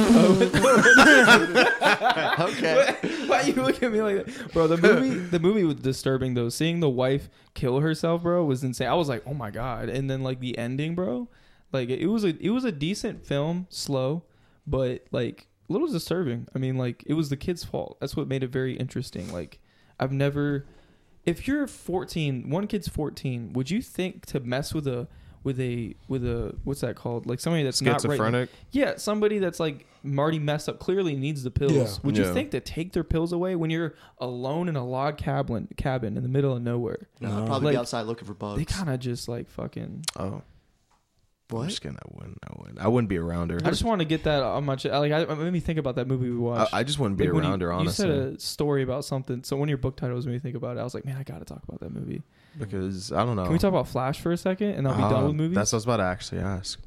fuck?
okay.
Why you look at me like that, bro? The movie, the movie was disturbing though. Seeing the wife kill herself, bro, was insane. I was like, oh my god. And then like the ending, bro, like it was a it was a decent film, slow, but like a little disturbing. I mean, like it was the kid's fault. That's what made it very interesting. Like I've never, if you're 14, one kid's 14, would you think to mess with a with a with a what's that called? Like somebody that's not right.
Schizophrenic.
Yeah, somebody that's like Marty messed up clearly needs the pills.
Yeah.
Would you
Yeah.
think to take their pills away when you're alone in a log cabin cabin in the middle of nowhere?
No, I'd probably
Like,
be outside looking for bugs.
They kind of just like fucking.
Oh, I'm
what?
just kidding. I wouldn't. I wouldn't. I wouldn't be around her.
I just want to get that on my. ch- Like, I, it made me think about that movie we
I,
watched.
I just wouldn't be
Like, when
around
you,
her.
you
Honestly,
said a story about something. So one of your book titles made me think about it. I was like, man, I gotta talk about that movie.
because I don't know.
Can we talk about Flash for a second, and I'll be done
Ah,
with movies?
Oh. That's what I was about to actually ask.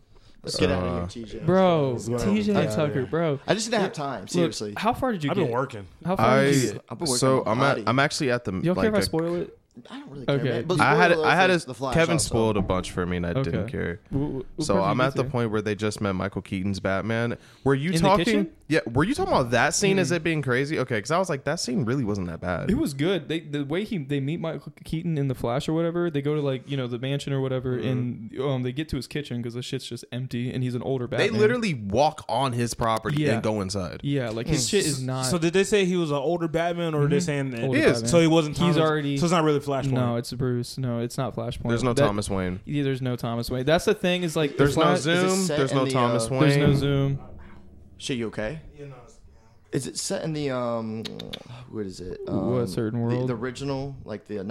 Let's get out
Uh,
of here, TJ.
bro,
That's what I-
TJ
Yeah,
Tucker,
yeah.
bro.
I just didn't have time. Seriously.
Look, how far did you
I've
get?
been working.
How far did you
I
get?
I've been working
so
on my
I'm at,
body.
I'm actually at the
You okay
like
if I
a-
spoil it?
I don't really care.
Okay.
man. But
I had
spoiler alert
I had
for
a,
the Flash
Kevin
also.
spoiled a bunch for me and I
Okay.
didn't care.
What- what- what
So
part did
I'm
you
at
get
the
to?
point where they just met Michael Keaton's Batman. Were you
In the
talking?
kitchen?
yeah, were you talking about that scene as it being crazy? Okay, because I was like, that scene really wasn't that bad.
It was good. They the way he they meet Michael Keaton in the Flash or whatever. They go to like you know the mansion or whatever,
Mm-hmm.
and um they get to his kitchen because the shit's just empty, and he's an older
they
Batman.
literally walk on his property
Yeah.
and go inside.
yeah, like his
Hmm.
shit is not. Mm-hmm.
So did they say he was an older Batman, or they saying that
Older
He is.
Batman.
so he wasn't?
He's
Thomas-
already-
So it's not really Flashpoint.
no, it's Bruce. No, it's not Flashpoint.
There's no
That-
Thomas Wayne.
Yeah, there's no Thomas Wayne. That's the thing is like the
There's no
Flash-
Zoom.
set
There's no
in the,
Thomas
uh,
Wayne.
There's no Zoom.
Shit, you okay? Is it set in the um? What is it? Um,
What, certain
the-
world?
The, original, like the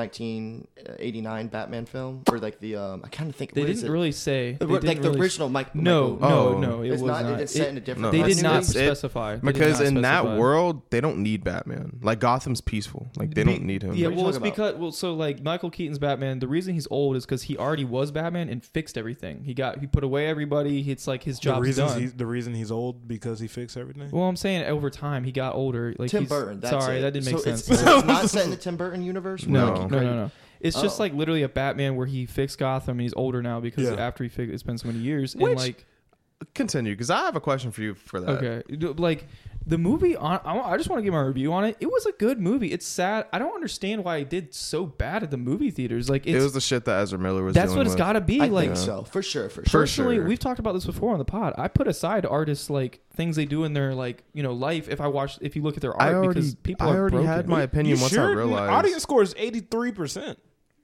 1989 Batman film, or like the um? I kind of think
They
what is
didn't
it?
really say. They
Like
didn't
the
really-
original Mike.
No,
Michael-
no,
Oh.
no. It
it's
was
not.
not.
It's set
It-
in a
No.
different.
They
That's
did not
new.
That's it.
specify They did
because
not
in
specify.
that world they don't need Batman. Like Gotham's peaceful. Like they don't
Be-
need him.
Yeah,
What are you
well, it's
talking about?
because well, so like Michael Keaton's Batman. The reason he's old is because he already was Batman and fixed everything. He got he put away everybody. It's like his
the
job's
reason
done.
he's the reason he's old because he fixed everything.
Well, I'm saying over time he got older. Like
Tim
he's-
Burton. That's
sorry,
it.
that didn't make
so
sense.
It's, so it's not set in the Tim Burton universe.
no,
No.
no, no, no. It's just
Oh.
like literally a Batman where he fixed Gotham and he's older now because
Yeah.
after he fixed, it's been so many years.
Which-
and like
Continue, because I have a question for you for
uh,
that.
okay, like the movie on. I I just want to give my review on it. It was a good movie. It's sad. I don't understand why it did so bad at the movie theaters. Like it's,
It was the shit that Ezra Miller was.
that's
dealing
what it's
with.
got to be.
I
like
think so for sure. For
For
sure.
personally
sure.
we've talked about this before on the pod i put aside artists like things they do in their like you know life if i watch if you look at their art
I already,
because people
I
are
already
broken.
had my opinion
You
once
sure?
I realized
audience score is 83 percent.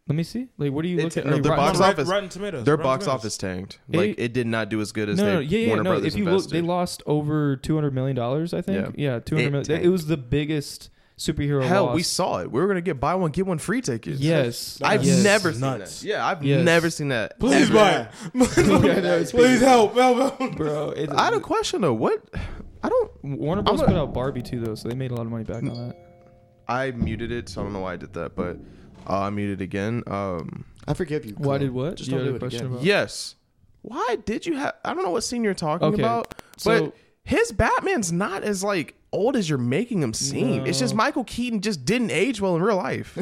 let me see like what do you
It's-
look at
no,
Are you
their
Rotten
box
Tomatoes?
office-
Rotten Tomatoes.
their
Rotten
box
Tomatoes.
office tanked. Like it did not do as good as
no,
they
no, yeah, yeah,
Warner
no.
Brothers
If you look,
invested.
they lost over two hundred million dollars. I think, yeah,
Yeah.
two hundred
It
million. It
tanked.
was the biggest superhero.
Hell,
loss.
we saw it. We were gonna get buy one get one free tickets.
Yes,
I've
yes.
never seen
Nuts.
that. Yeah, I've
Yes.
never seen that.
Please buy it. Please help, help, help.
bro. It,
I had a question though. What? I don't.
Warner
I'm
Bros.
gonna-
put out Barbie too, though, so they made a lot of money back on that.
I muted it, so I don't know why I did that, but uh, I muted again. Um,
I forgive you.
Why
Khalil.
did what?
Just
You
don't
had
do
a
it
question
again.
about-
Yes. Why did you have? I don't know what scene you're talking
Okay,
about,
so-
but his Batman's not as like old as you're making him seem. It's just
No.
Michael Keaton just didn't age well in real life.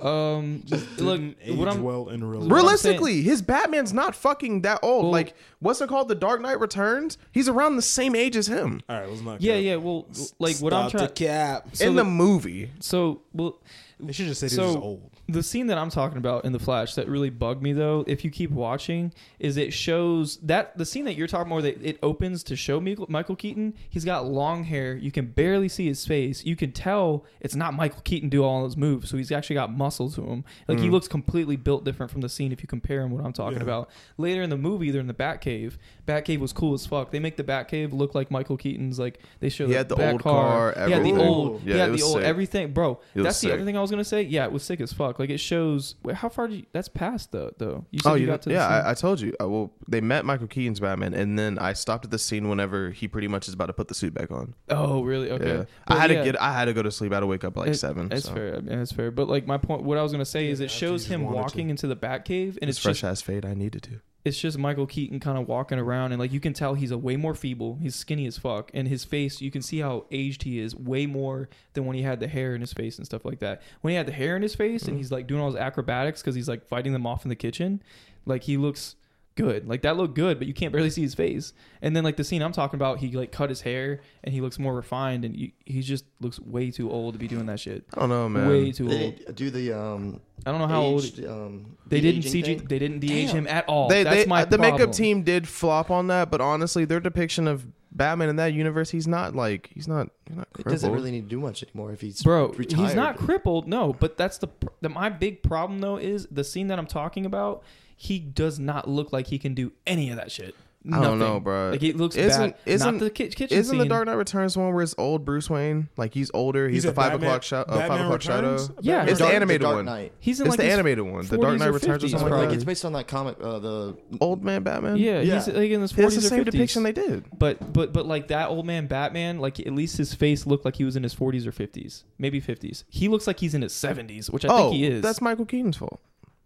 Um, just look,
Didn't age
what I'm
well in real
what I'm
life.
Realistically, his Batman's not fucking that old.
Well-
like what's it called? The Dark Knight Returns. He's around the same age as him
All right, let's not.
yeah,
cap.
yeah. Well, like what I'm
Stop
trying.
the cap.
in the, movie.
so, well,
They should just say this
so
is old.
the scene that I'm talking about in the Flash that really bugged me though, if you keep watching, is it shows that the scene that you're talking about that it opens to show Michael, Michael Keaton. He's got long hair. You can barely see his face. You can tell it's not Michael Keaton do all those moves. So he's actually got muscle to him. Like
Mm.
he looks completely built different from the scene if you compare him what I'm talking about. Later in the movie, they're in the Batcave. Batcave was cool as fuck. They make the Batcave look like Michael Keaton's. Like they show
He had the
Bat
old car,
He had the
everything.
old.
Yeah,
he
it
had the
was
old
sick.
everything, bro.
It was
That's the
sick.
other thing I was gonna say. Yeah, it was sick as fuck. Like it shows. Wait, how far? Did you, that's past though. Though you said you, got to the
Oh, yeah.
scene.
I, I told you. I, well, they met Michael Keaton's Batman, and then I stopped at the scene whenever he pretty much is about to put the suit back on.
oh, really? Okay.
Yeah,
But
I had
yeah,
to get. I had to go to sleep. I had to wake up at like
it-
seven.
That's
so.
fair. I mean, that's fair. But like my point, what I was gonna say is it
after
shows
you
him
wanted to.
walking into the Batcave, and it's
It's fresh
just
ass fade. I needed to.
it's just Michael Keaton kind of walking around, and like you can tell he's a way more feeble. He's skinny as fuck, and his face you can see how aged he is, way more than when he had the hair in his face and stuff like that. When he had the hair in his face,
Mm-hmm.
and he's like doing all his acrobatics because he's like fighting them off in the kitchen, like he looks good. Like that looked good, but you can't barely see his face. And then like the scene I'm talking about, he like cut his hair, and he looks more refined, and you, he just looks way too old to be doing that shit.
I don't know, man. uh,
Way too
They
old.
didn't do the um.
I don't know how old.
aged, um,
They
the
didn't
aging
CG.
thing.
They didn't de-age him at all.
They,
That's
they,
my
uh, the
problem.
makeup team did flop on that, but honestly, their depiction of Batman in that universe, he's not like he's not he's not
It
crippled.
doesn't really need to do much anymore if he's
bro
Retired.
he's not crippled no but that's the, pr- the my big problem though is the scene that i'm talking about he does not look like he can do any of that shit
I
Nothing.
don't know, bro.
like it looks bad not the ki- kitchen
isn't the
scene.
Dark Knight Returns one where it's old Bruce Wayne? Like he's older. He's,
He's
the
a
five
Batman-
o'clock shadow. Uh, five
Batman
o'clock shadow.
Returns?
Yeah,
The
Dark-
it's the
Dark-
animated
Dark
one.
Knight.
he's in
It's
like
the
his
animated one, the Dark
40s or
Knight Returns or
50s
something
Like,
probably.
it's based on that comic. Uh, the
Old man Batman.
yeah, he's
Yeah.
like in his 40s
it's the
or
same
50s
depiction they did.
but but but like that old man batman like at least his face looked like he was in his 40s or 50s maybe 50s he looks like he's in his 70s which i
oh,
think he is
that's Michael Keaton's fault.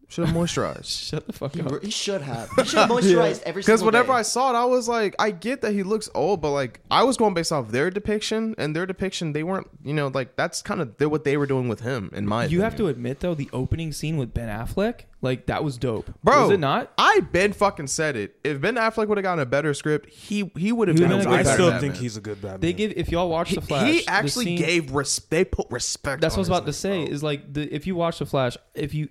Should have moisturized.
shut the fuck
he,
up
re- he should have. He should have moisturized every single
Because whenever
day.
I saw it, I was like, I get that he looks old, but like I was going based off their depiction and their depiction, they weren't, you know, like that's kind of what they were doing with him in my.
you have
opinion.
to admit though the opening scene with ben affleck like that was dope
bro.
was it not
I Ben fucking said it. If Ben Affleck would have gotten a better script, he he would have
He
been.
would've
a
been
way
I
Batman.
better
still
Batman.
think he's a good Batman.
They give if y'all watch
He,
the Flash.
he
the
actually
scene-
gave respect. They put respect.
That's what
on
I was
his
about to say.
name, bro.
Is like the if you watch the Flash, if you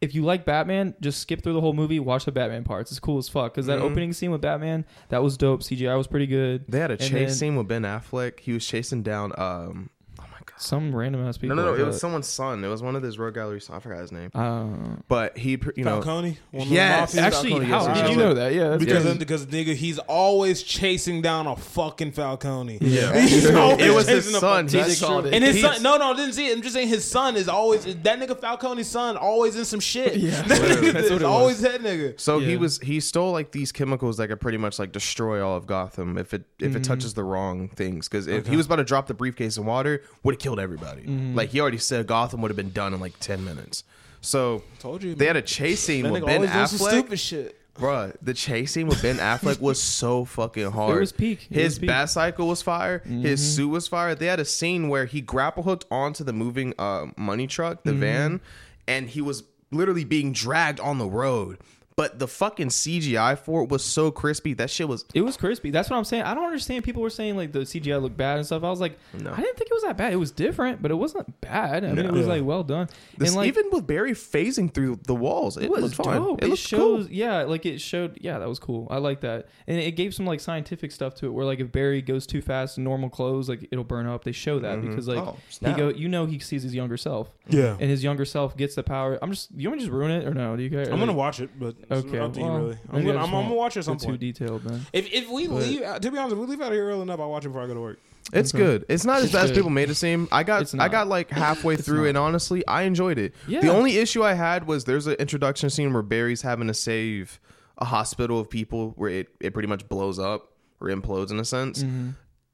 if you like Batman, just skip through the whole movie, watch the Batman parts. It's cool as fuck because that opening scene with Batman that was dope. CGI was pretty good.
Mm-hmm. They had a
And
chase
then
scene with Ben Affleck. He was chasing down. um Oh my god.
Some random ass
No,
people.
no, no!
like
It was
that.
someone's son. It was one of his road gallery. Son. I forgot his name,
Uh,
but he, pr- you know,
Falcone. One of the
Yes.
mafia-
Actually,
actually,
Falcone,
how
yes,
did
yes.
you know that? Yeah, that's
Because,
crazy.
because nigga, he's always chasing down a fucking Falcone.
Yeah.
He's always
it was his
chasing
son.
a Falcone.
He
That's
called
true.
it.
And his
He's-
son, no, no, I didn't see it. I'm just saying his son is always that nigga Falcone's son always in some shit. Yeah, that nigga,
That's what it was.
it's always that nigga.
So he
Yeah.
was he stole like these chemicals that could pretty much like destroy all of Gotham if it if it
Mm.
touches the wrong things. Because if he was about to drop the briefcase in water, would have killed everybody.
Mm-hmm.
Like he already said, Gotham would have been done in like ten minutes. So
Told you,
they
man.
had a chase scene
That
with
nigga
Ben
always does some
Affleck.
stupid shit.
Bruh, the chase scene with Ben Affleck was so fucking hard.
was peak. It
His
was peak. Mm-hmm.
bat cycle was fire. His suit was fire. They had a scene where he grapple hooked onto the moving uh, money truck,
Mm-hmm.
the van, and he was literally being dragged on the road. But the fucking CGI for it was so crispy. That shit was.
It was crispy. That's what I'm saying. I don't understand. People were saying like the CGI looked bad and stuff. I was like, I didn't think it was that bad. It was different, but it wasn't bad. I mean, it was like well done.
This,
and like
even with Barry phasing through the walls, it, was fine.
dope.
It,
It,
looked
shows,
cool.
yeah, like it showed, yeah, that was cool. I like that, and it gave some like scientific stuff to it, where like if Barry goes too fast in normal clothes, like it'll burn up. They show that because like
Oh,
he
snap.
go, you know, he sees his younger self,
Mm-hmm. Yeah.
and his younger self gets the power. I'm just, you want me to just ruin it or no? Do you care?
I'm gonna watch it, but it's
Okay,
up to you,
well,
really. I'm
maybe
gonna,
I just
I'm, I'm gonna
won't
watch it at some
It's too
point.
detailed, man.
If, if we leave, out- to be honest, if we leave out of here early enough, I'll watch it before I go to work.
It's good. It's not as bad as
Mm-hmm. good.
people made it seem. I got
It's
I
not.
got like halfway through, and honestly, I enjoyed it. The
Yeah.
only issue I had was there's an introduction scene where Barry's having to save a hospital of people where it, it pretty much blows up or implodes in a sense.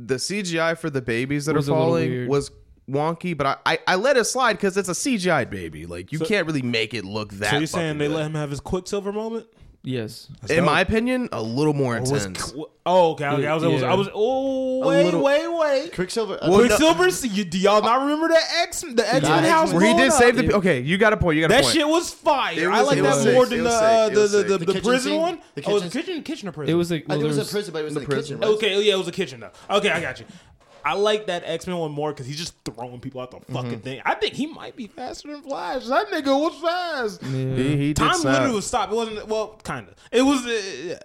The CGI for the babies that
Mm-hmm. Was
are
a little
falling
weird.
was wonky, but I, I, I let it slide because it's a CGI baby. Like you
So-
can't really make it look that.
So
fucking
you're saying they
good.
let him have his Quicksilver moment?
Yes.
in my opinion, a little more intense.
oh, okay. okay. I was, I was, I was. Oh, wait,
little-
wait, wait.
Quicksilver. I
Well,
don't-
no-
Quicksilver. see, you, do y'all not remember that X? The X Men
Nah,
house
Where he
blowing
did
up?
save the.
It-
Okay, you got a point. You got a
That
point.
shit was fire.
It
I
was-
like
it
that
was
more
sick,
than
it
the
was
uh,
sick, it
the,
was
the,
sick.
the,
The
the
kitchen
prison
scene?
one.
The
oh, it was
kitchen-
kitchen kitchen or prison?
It was like
I
well,
think it was
there
in prison, but it was in the kitchen. right?
Okay, yeah, it was a kitchen though. Okay, I got you. I like that X Men one more because he's just throwing people out the
Mm-hmm.
fucking thing. I think he might be faster than Flash. That nigga was fast.
He, he did
Time
slap.
literally was stopped. It wasn't well, kind of. It was. Uh,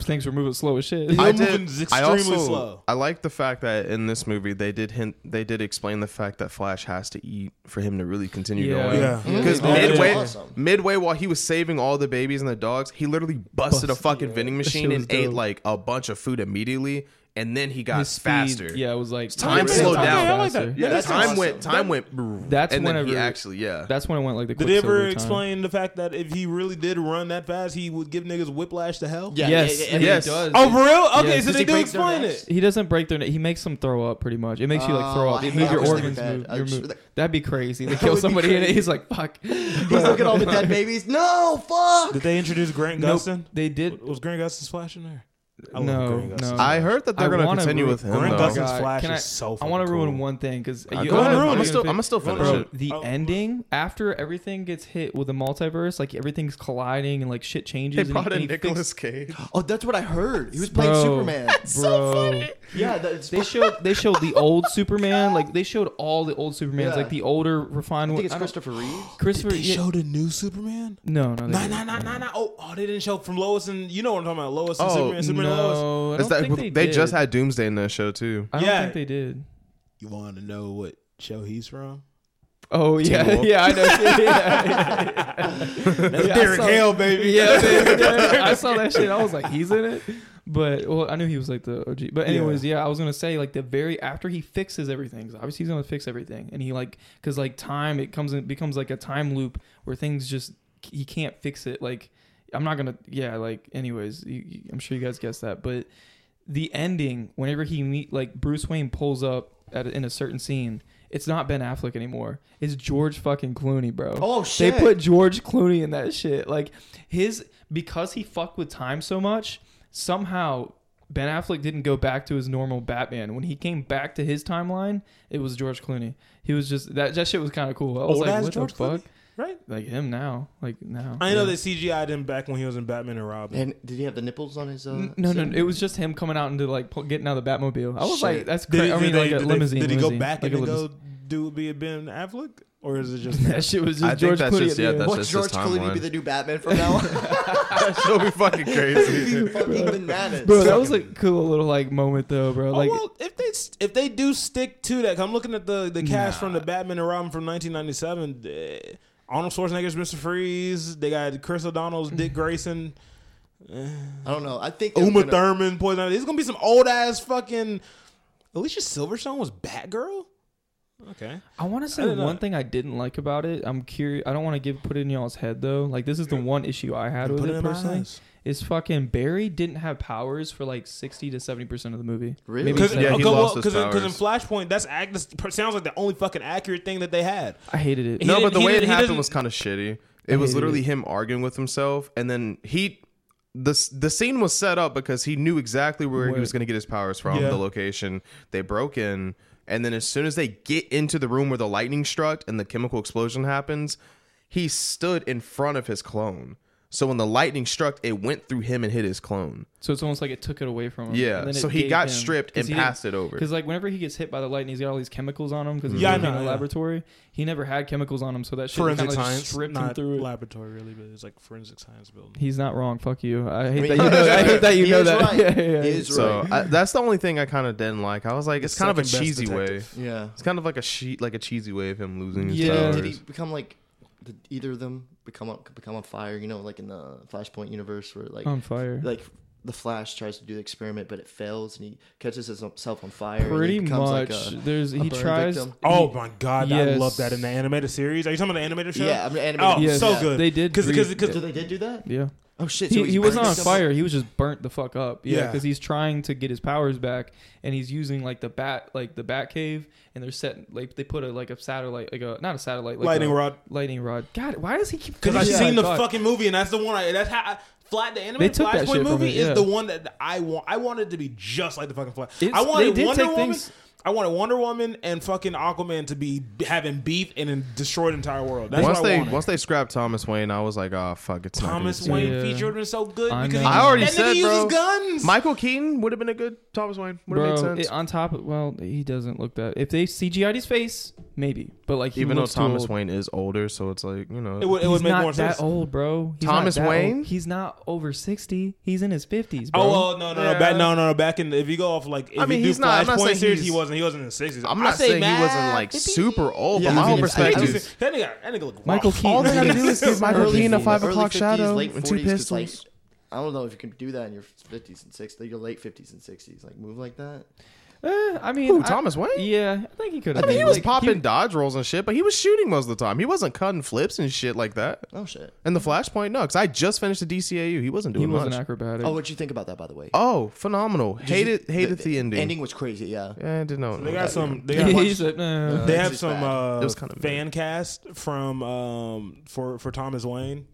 Things were moving slow as shit.
I-
I
They're
did-
moving
I
extremely
also,
slow.
I like the fact that in this movie they did hint, they did explain the fact that Flash has to eat for him to really continue
Yeah.
going.
Yeah. Yeah.
because
Yeah.
midway,
Yeah. Awesome.
midway while he was saving all the babies and the dogs, he literally busted a
Busted-
fucking
yeah.
vending
That shit
machine
was
and ate
dope.
like a bunch of food immediately, and then he got
His speed,
faster.
Yeah, it was like
Time
slowed
faster.
down. I like
Faster.
that.
Yeah,
that's
time
awesome.
went. Time went.
That's
and then he
whenever-
actually, yeah.
That's when I went like the.
did they ever
Quicksilver time.
explain the fact that if he really did run that fast, he would give niggas whiplash to hell?
Yeah,
Yes.
yeah, yeah,
and
yes.
He does.
Oh, for real? Okay,
Yes.
so
Does
he
they do
break their
explain
necks?
it.
He doesn't break their neck. He makes them throw up pretty much. It makes you like throw
Oh,
up.
I
It
hate-
move
I
your
wish they were
organs.
bad.
Move,
I
your
just-
move. That'd be crazy. They
would
kill
be
somebody and
crazy.
he's like, "Fuck."
He's looking all the dead babies. No, fuck.
Did they introduce Grant
Nope.
Gustin?
They did.
Was Grant Gustin Flash in there? I love
No,
Grant Gustin.
no.
I heard that they're
I
going to
wanna
continue
ruin-
with him.
Grant
though.
Gustin- Gustin's
God,
Flash
can
is
I-
so
I wanna
fucking
ruin
cool.
one thing because
Uh, go ahead,
ruin
I'm
it.
still, I'm still finish
Bro,
it.
the
Oh.
ending after everything gets hit with the multiverse, like everything's colliding and like shit changes.
They
and
brought
and
in
he fixed-
Nicolas Cage.
Oh, that's what I heard. He was playing
Bro.
Superman.
Bro,
Yeah, that's.
they showed they showed the old Superman, like they showed all the old Supermans,
Yeah.
like the older refined
I
one.
think it's
I don't-
Christopher Reeves.
Christopher.
They
yeah-
showed a new Superman?
no, no, they
Nah,
didn't.
nah, nah, nah, nah. Oh, oh, they didn't show from Lois and you know what I'm talking about. Lois and
Oh,
Superman, Superman and Lois.
No, I
Is
don't
that-
think they,
they
did.
just had Doomsday in their show too.
I don't
Yeah.
think they did.
You want to know what show he's from?
Oh yeah,
Wolf.
yeah, I know. yeah, yeah,
That's
Yeah, I
Derek
saw-
Hale, baby.
yeah, yeah, yeah, yeah. I saw that shit. I was like, he's in it. But well, I knew he was like the OG. But anyways, yeah, I was gonna say like the very after he fixes everything. 'cause Obviously, he's gonna fix everything, and he like because like time it comes in becomes like a time loop where things just he can't fix it. Like I'm not gonna yeah. Like anyways, you, you- I'm sure you guys guessed that, but the ending whenever he meet like Bruce Wayne pulls up at in a certain scene. It's not Ben Affleck anymore. It's George fucking Clooney, bro.
Oh, shit.
They put George Clooney in that shit. Like his because he fucked with time so much, somehow Ben Affleck didn't go back to his normal Batman. When he came back to his timeline, it was George Clooney. He was just that that shit was kind of cool. I was
Old
like,
ass
what
George
the fuck?
Clooney, right?
Like him now, like now.
I know
Yeah.
they CGI'd him back when he was in Batman and Robin.
And did he have the nipples on his? Uh,
N- No, no,
suit?
no, it was just him coming out into like pu- getting out of the Batmobile. I was
Shit.
like, that's
Did
crazy.
he-
I
did
mean,
they-
like a
did they-
limousine.
Did he go
limousine.
back
like
and
a
then go
limousine.
do be a Ben Affleck, or is it just
That shit was
I
just
think
George
that's
Clooney.
just-
at the
yeah,
end.
that's
What
just
George
his
Clooney be
timeline.
the new Batman from now on?
That'll be fucking crazy.
Fucking bananas.
bro, that was a cool little like moment though, bro. Like,
oh well, if they s- if they do stick to that, 'cause I'm looking at the the cast from the Batman and Robin from 1997. eh, Arnold Schwarzenegger's Mr. Freeze. They got Chris O'Donnell's Dick
Mm-hmm.
Grayson,
I don't know. I think they're
Uma
gonna-
Thurman, Poison Ivy. There's gonna be some old ass fucking. Alicia Silverstone was Batgirl. Okay.
I want to say
don't know.
one thing I didn't like about it. I'm curious. I don't want to give put it in y'all's head though. Like, this is the one issue I had with
Put it
it
in my
personally.
eyes.
Is fucking Barry didn't have powers for like sixty to seventy percent of the movie.
Really?
Maybe
Because
seven-
Yeah, he lost his
because in
powers.
Flashpoint, that's act, this per- sounds like the only fucking accurate thing that they had.
I hated it.
He
no,
didn't-
but the
he
way it
didn't- he
happened
doesn't-
was kind of shitty. It was
hated
literally
it.
him arguing with himself, and then he. The, s- the scene was set up because he knew exactly where he
Where-
was going to get his powers from,
Yeah.
the location. They broke in, and then as soon as they get into the room where the lightning struck and the chemical explosion happens, he stood in front of his clone. So when the lightning struck, it went through him and hit his clone.
So it's almost like it took it away from him.
Yeah,
And then it
so he
gave
got
him-
stripped
'cause
and
he didn't-
passed it over.
Because like whenever he gets hit by the lightning, he's got all these chemicals on him because he's
Yeah, I
working
know,
in a
yeah.
laboratory. He never had chemicals on him, so that shit kind of like stripped him through it.
laboratory really, but it's like forensic science building.
He's not wrong. Fuck you. I hate
mean,
that you know. I hate that you
he
know
is
that.
right.
Yeah, yeah, yeah.
He is
So
right.
I, that's the only thing I kind of didn't like. I was like,
The
it's kind of a
second best
cheesy way.
detective.
Yeah.
It's kind of like a she, like a cheesy way of him losing his
Yeah.
powers.
Did he become like? Did either of them become on, become on fire? You know, like in the Flashpoint universe, where like
on fire.
like the Flash tries to do the experiment, but it fails, and he catches himself on fire. and he
Pretty
becomes, like,
much.
a-
There's he
burn
tries.
victim.
Oh my god, I
Yes.
love that in the animated series. Are you talking about the animated show?
Yeah, I'm an
Oh,
animated.
Yes.
so
Yeah.
good.
They did
because
breed-
because
So they did do that.
Yeah.
Oh shit! so
He,
he's
he wasn't
burning
on
stuff up.
fire. He was just burnt the fuck up. Yeah,
Yeah.
because he's trying to get his powers back, and he's using like the bat, like the bat cave, and they're setting like they put a like a satellite, like a not a satellite, like uh,
Lightning
a-
rod.
lightning rod. God, why does he keep?
Because I've
Yeah.
seen the
Fuck.
fucking movie, and that's the one. I that's how I, Flat the anime
They took that shit
Flashpoint
from
movie
it, yeah.
is the one that I want. I wanted to be just like the fucking Flash.
It's-
I
they
wanted
did
Wonder
take
Woman.
things-
I wanted Wonder Woman and fucking Aquaman to be having beef and then destroy the entire world. That's
once
what I
they
wanted.
once they scrapped Thomas Wayne, I was like, oh fuck, it's
Thomas
not gonna be
Wayne
Yeah.
featured was so good
I
because
know.
he,
I already
that nigga
said,
uses
bro.
guns.
Michael Keaton would have been a good Thomas Wayne. Would have made
Bro,
sense.
it- on top of well, he doesn't look that. If they CGI'd his face, maybe. But like, he
Even though
looks too
Thomas
old.
Wayne is older, so it's like you know.
it would, it
he's
would make
not
more
that
sense.
old, bro. He's not
Thomas
that old.
Wayne?
He's not over sixty. He's in his fifties, bro.
Oh well, no, no, no, back, no, no, no. Back in if you go off like if
I mean,
you do
he's not- I'm not
Flashpoint
saying
series, he
he's-
wasn't. He wasn't in the sixties.
I'm not saying he wasn't like super old,
Yeah,
but my
he's
whole
in his
That
perspective.
fifties.
nigga, that nigga look rough.
Michael
All
Keaton.
they gotta do is give Michael
Early
Keaton a
40s,
five o'clock
early 50s,
shadow
late
and two
40s, 'cause, like,
pistols.
I don't know if you can do that in your 50s and 60s. Your late 50s and 60s, like move like that.
Eh, I mean,
Who,
I-
Thomas Wayne?
Yeah, I think he could.
I mean, he was popping dodge rolls and shit, but he was shooting most of the time. He wasn't cutting flips and shit like that.
Oh shit.
And the Flashpoint, no, because I just finished the DCAU. He wasn't
He,
doing
wasn't
much.
acrobatic.
Oh, what'd you think about that, by the way?
oh, phenomenal!
Did you-
Hated, hated the, ending.
Ending was crazy. Yeah.
Yeah, I didn't know.
They got some. They got
He said, "Nah."
They
This
have
is
some
bad.
uh,
It was kinda
fan cast from um, for for Thomas Wayne.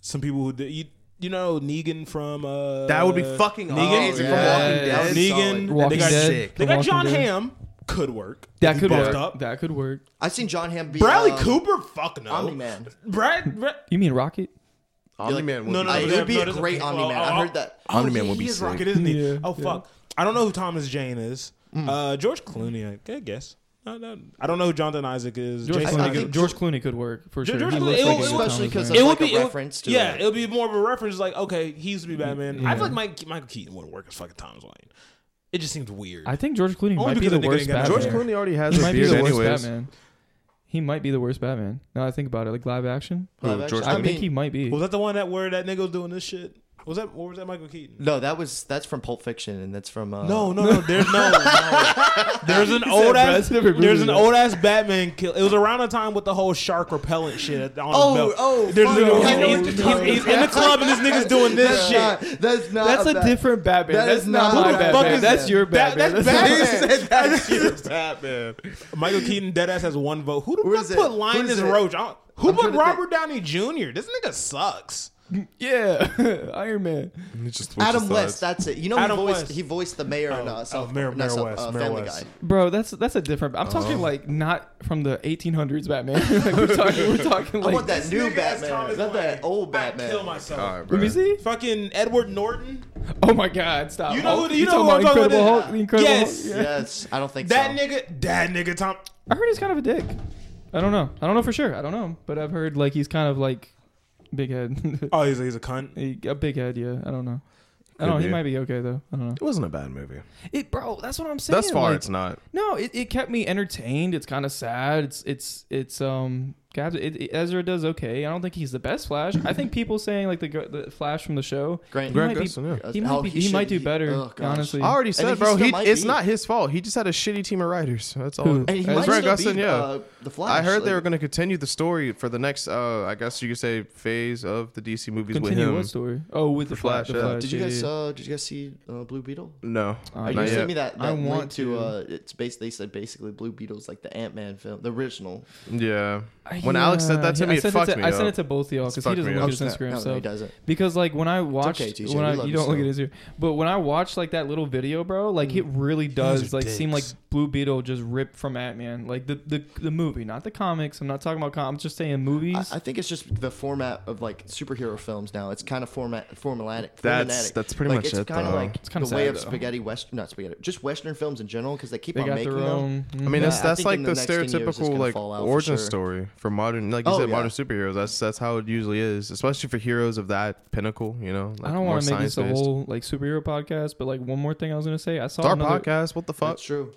Some people who did, you you know Negan from uh, Oh,
That would be fucking amazing
from Walking Dead.
That was
Negan.
solid.
Walking
they got,
Dead.
Sick.
From
They got
Walking
John
Dead.
Hamm. Could work.
That
He
could
buffed
work.
Up.
That could work.
I've seen John Hamm be
Bradley
um,
Cooper. Fuck no.
Omni Man.
Brad. Brad
You mean Rocket?
Omni Man.
no, no, no.
I- it
there-
Uh, would be
no,
a
there's
great Omni
oh,
Man.
oh,
I
oh,
heard that.
oh,
Omni
yeah,
Man would
he
be
is
sick.
Rocket, isn't he?
Yeah,
oh
yeah.
fuck. I don't know who Thomas Jane is. Uh, George Clooney. I good guess. No, no. I don't know who Jonathan Isaac is.
George
Jason
Clooney,
Isaac-
could, George Clooney could work for
George
sure. He
Clooney-
looks
it
like a
would- especially
Thomas Wayne.
'cause of-
it
like
would
a
be it would-
reference to,
yeah,
like-
it would be more of a reference. Like, okay, he used to be Batman. I feel like Mike, Michael Keaton would work as fucking Thomas Wayne. It just seems weird.
I think George Clooney
Only
might be
because
the
the nigga
worst
ain't got
Batman.
no
George Clooney already has
He
a
might be
beard,
the worst
anyways.
Batman. He might be the worst Batman. Now I think about it, like live action.
Live
George
action.
I,
I
think he
mean,
might be.
was that the one that where that nigga was doing this shit? Was that or was that Michael Keaton?
no, that was that's from Pulp Fiction, and that's from uh,
No, no, no. There's no. no. There's an old
bro,
ass.
it's never
There's an
movie,
old ass Batman kill. It was around the time with the whole shark repellent shit on
Oh,
his belt.
oh,
there's
fuck, I know
he's-
what you're
he's-
talking
he's in the club and this nigga's doing this
That's
shit.
not- that's not.
That's a
Bat-
different Batman.
That
that's
is
not,
not
my
Who the
Batman.
fuck is
That's
that?
your
That-
Batman.
that's Batman.
Batman.
Michael Keaton deadass has one vote. Who the
Who
fuck
is it?
put
Who is
Linus
it?
Roach on? Who
I'm
put
trying to think.
Robert Downey Jr.? This nigga sucks.
yeah, Iron Man.
Adam West. That's it. You know,
Adam
he voiced
West.
he voiced the mayor in
Oh, oh,
uh, South
Mayor-
not
Mayor
South-
West,
uh,
Mayor
Family
West.
Guy.
Bro, that's that's a different. I'm talking like not from the 1800s Batman. like we're talking, we're talking
I
like.
want that new
Nigga, that's
Batman,
Thomas
not that
Wayne.
old
I'd
Batman.
Kill myself.
Let me see.
Fucking Edward Norton.
Oh my God! Stop.
You know who-
Hulk?
you know who I'm
talking about
talking
Incredible
about?
Hulk? The Incredible
Yes.
Hulk? Yeah.
Yes, I don't think
That
so.
nigga. That nigga. Tom.
I heard he's kind of a dick. I don't know. I don't know for sure. I don't know, but I've heard like he's kind of like big head.
Oh, he's a, he's a cunt.
He- a big head, yeah. I don't know. I don't know.
Could
He
be.
might be okay though. I don't know.
It wasn't a bad movie.
It, bro. That's what I'm saying.
Thus far,
like-
it's not.
No, it, it kept me entertained. It's kind of sad. It's it's it's um. God, it, it- Ezra does okay. I don't think he's the best Flash. I think people saying like the, gr- the Flash from the show.
Grant-
he
Grant
might be-
Gustin, yeah.
He might,
Oh,
be,
he
he
should-
might do
he-
better.
oh, gosh.
honestly,
I already
think
said,
he
bro.
still
He,
might
it's
be.
not his fault. He just had a shitty team of writers. That's all.
Who?
And he
Ezra
might
Grant
still
Gustin,
be,
yeah.
uh, the Flash.
I heard they
like-
were going to continue the story for the next, uh, I guess you could say, phase of the DC movies
continue what
with him.
story? Oh, with the
For
Flash.
Flash,
the
yeah.
Flash,
Did you
yeah,
guys
yeah.
uh, did you guys see uh, Blue Beetle?
No,
Uh,
you
not
sent
yet.
me that. that
I
link
want to.
to. Uh, it's based. They said basically Blue Beetle's like the Ant Man film, the original.
yeah.
I-
When Alex said
yeah,
that to
yeah,
me,
uh, I
it
sent
fucked
to,
me
I sent
up.
it to both of y'all because
It's
he
fucked
doesn't
me
look
up.
at his
Oh, snap.
Instagram
No,
stuff.
he doesn't.
Because like when I watched,
TJ,
when
we
I
love
you
you
don't look at
still.
his Instagram, but when I watched like that little video, bro, like it really does
are
like seem like
dicks.
Blue Beetle just ripped from Ant-Man, like the the, the movie, not the comics. I'm not talking about comics. I'm just saying
I,
movies.
I think it's just the format of like superhero films now. It's kind of format formulatic.
That's-
formulatic.
that's pretty
like,
much
it's
it,
Kind of
though.
like
It's kinda
the way
sad,
of
though.
spaghetti western, not spaghetti, just western films in general because they keep
they
on
got
making
their
them.
own. mm.
I mean,
Yeah,
that's
I
that's
think
like
in
the
the next 10 years, it's
stereotypical
gonna
like
fall out for
origin
sure.
story for modern, like you
Oh,
said,
yeah.
modern superheroes. That's that's how it usually is, especially for heroes of that pinnacle. You know, like
I don't
more
want to make this a
science-based.
whole like superhero podcast, but like one more thing I was gonna say. I saw
It's our
another.
podcast. What the fuck?
That's true.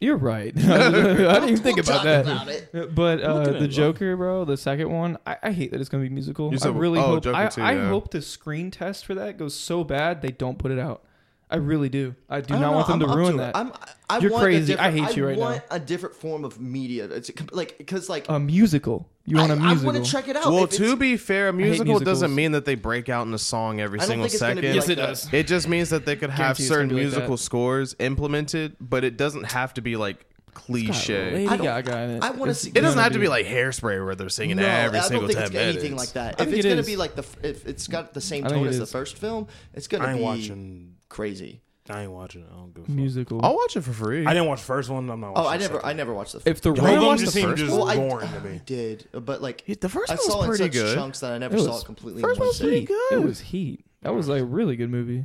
You're right. I didn't even think
We'll
about
talk
that.
about it.
But uh,
at it,
the
bro.
Joker, bro, the second one, I, I hate that it's gonna be musical.
You
I
said-
really
oh,
hope.
Joker
I,
too,
I
yeah.
hope the screen test for that goes so bad they don't put it out. I really do. I do
I
not
don't
want
know,
them to
I'm up
ruin
it.
that.
I'm, I
You're
want a
crazy. I
different-
hate you right now.
I want a different form of media. It's com- like because like
a musical. You want
I,
a musical?
want to check it out.
Well,
If it's-
to be fair, a musical
musicals.
doesn't mean that they break out in a song every
I don't
single
think it's gonna
second.
be
Yes,
like
it
that.
does.
It just means that they could have
Guarantee it's gonna
certain
be like
musical
that.
scores implemented, but it doesn't have to be like cliche.
I
Lady
don't-
Gaga in it.
I wanna
It's
see-
It doesn't
gonna
have to
be-
be like hairspray where they're singing
No,
every
I don't
single
think
ten
it's
minutes.
anything like that.
I
If
think
it's
it
gonna
is.
be like the, f- if it's got the same
I think
tone
it
as the
is.
first film, it's gonna
I ain't
be
watching.
crazy.
I ain't watching. I don't give a fuck.
musical.
I'll watch it for free.
I didn't watch the first one. I'm not. Watching
Oh, I
the
never,
second
I never watched the.
if the
one. Both of
didn't
them
watch
right,
the
just seemed
first
just
well, I,
boring
I
to me.
did, but like
It- the first
I
one was
saw it in
pretty
such
good.
chunks that I never
It
saw
was-
it completely.
first
in one
one was pretty
sitting.
good.
it was heat. That was like a really good movie.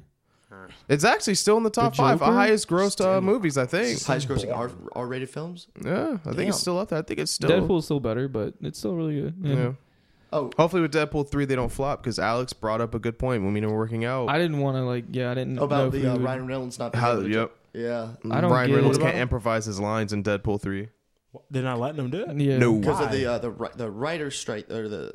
It's actually still in the top
The
five
Joker?
highest grossed uh, movies. I think.
Highest grossing R, R-rated films.
Yeah, I think
Damn.
it's still up there. I think it's still.
Deadpool's still better, but it's still really good. Yeah.
Yeah.
Oh,
Hopefully with Deadpool three they don't flop because Alex brought up a good point when we were working out.
I didn't want to like. Yeah, I didn't know
about
if we
the uh,
would-
Ryan Reynolds not. being
How,
able to-
yep.
Yeah,
I don't
Ryan
get
Reynolds
it.
can't improvise his lines in Deadpool three.
They're not letting them do it.
Yeah.
because of
Why?
the uh, the ri- the writer strike or the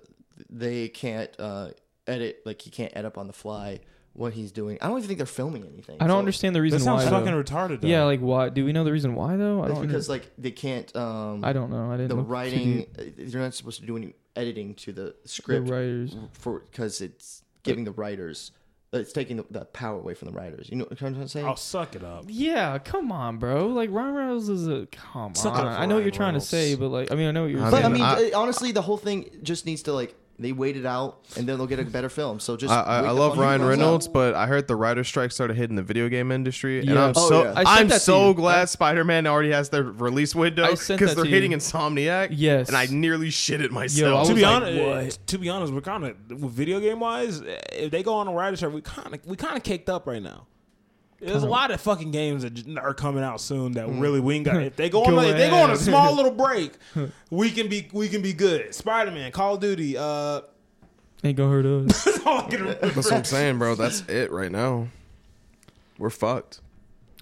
they can't uh, edit like he can't edit up on the fly what he's doing. I don't even think they're filming anything.
I don't
so-
understand the
That
reason
sounds
why. though.
fucking retarded. Though.
yeah, like why? Do we know the reason why though? I
That's
don't.
because like they can't. Um,
I don't know. I didn't.
the
look too
writing
deep.
you're not supposed to do any editing to the
The
script
writers.
for because it's giving the writers uh, it's taking the, the power away from the writers. You know what I'm trying to say?
I'll suck it up.
Yeah, come on, bro. Like Ryan Reynolds is a come
Suck it
on.
up for
I know what
Ryan
you're trying
Reynolds.
to say, but like, I mean, I know what you're
I
but I
saying.
mean,
mean,
uh, honestly, the whole thing just needs to like they wait it out and then they'll get a better film. So just
I, I,
wait
I
the
love
fuck
Ryan
out.
Reynolds, but I heard the writer strike started hitting the video game industry, and
Yeah.
I'm
Oh,
so
yeah.
I sent
I'm
that to
so
you.
glad Spider Man already has their release window
I
because
sent
they're
that to
hitting
you.
Insomniac.
Yes.
and I nearly shit it
Yo, I
myself.
to
was
be
like,
honest, to be honest, we're kind of with video game wise. eh, If they go on a writer's strike, we kind of we kind of caked up right now. There's a lot of fucking games that j- are coming out soon that really we ain't got. If they go on,
Mm. Go
a- if they go on a
ahead.
small little break, we can be we can be good. Spider Man, Call of Duty. Uh,
Ain't gonna hurt us.
that's all I can remember.
That's what I'm saying, bro. That's it right now. We're fucked.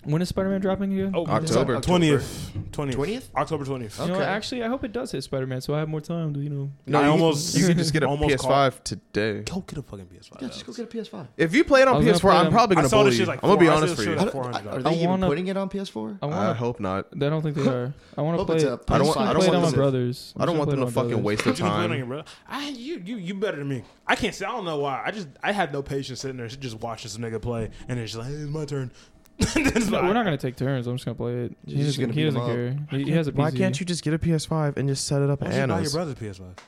when is Spider-Man dropping again?
Oh,
October.
twentieth, twentieth,
20th?
October twentieth.
You know,
okay.
actually, I hope it does hit Spider-Man, so I have more time to you know.
I
you,
almost-
you can just get a
almost
PS5 today.
Go get a fucking PS5.
Yeah, just go get a PS5.
If you play it
I
on
was gonna
PS4,
play
I'm
them-
probably
I
gonna
saw
bully
this
you.
shit like
I'm gonna be
four- I saw
honest
this
for you.
shit
I
like
don't-
four hundred
I- Are
dollars.
they
I
even
wanna-
putting it on PS4?
I
I
want. to
hope not.
I don't think they are. I want to
Hope
play.
it's
It.
a
I
don't
don't
want-
want.
I
I
don't
play it
want
on my
to-
brothers.
I don't want them to fucking waste their
You can play it on
time.
your brother. I you you you better than me. I can't say I don't know why. I just I had no patience sitting there just watching some nigga play and it's just like it's my turn.
No, we're not gonna take turns. I'm just gonna play it. He
You're just
doesn't,
gonna
he
beat 'em
doesn't care. He, he has a PC.
Why can't you just get a PS5 and just set it up
Why
at
don't you buy your
Anna's?
brother's PS5?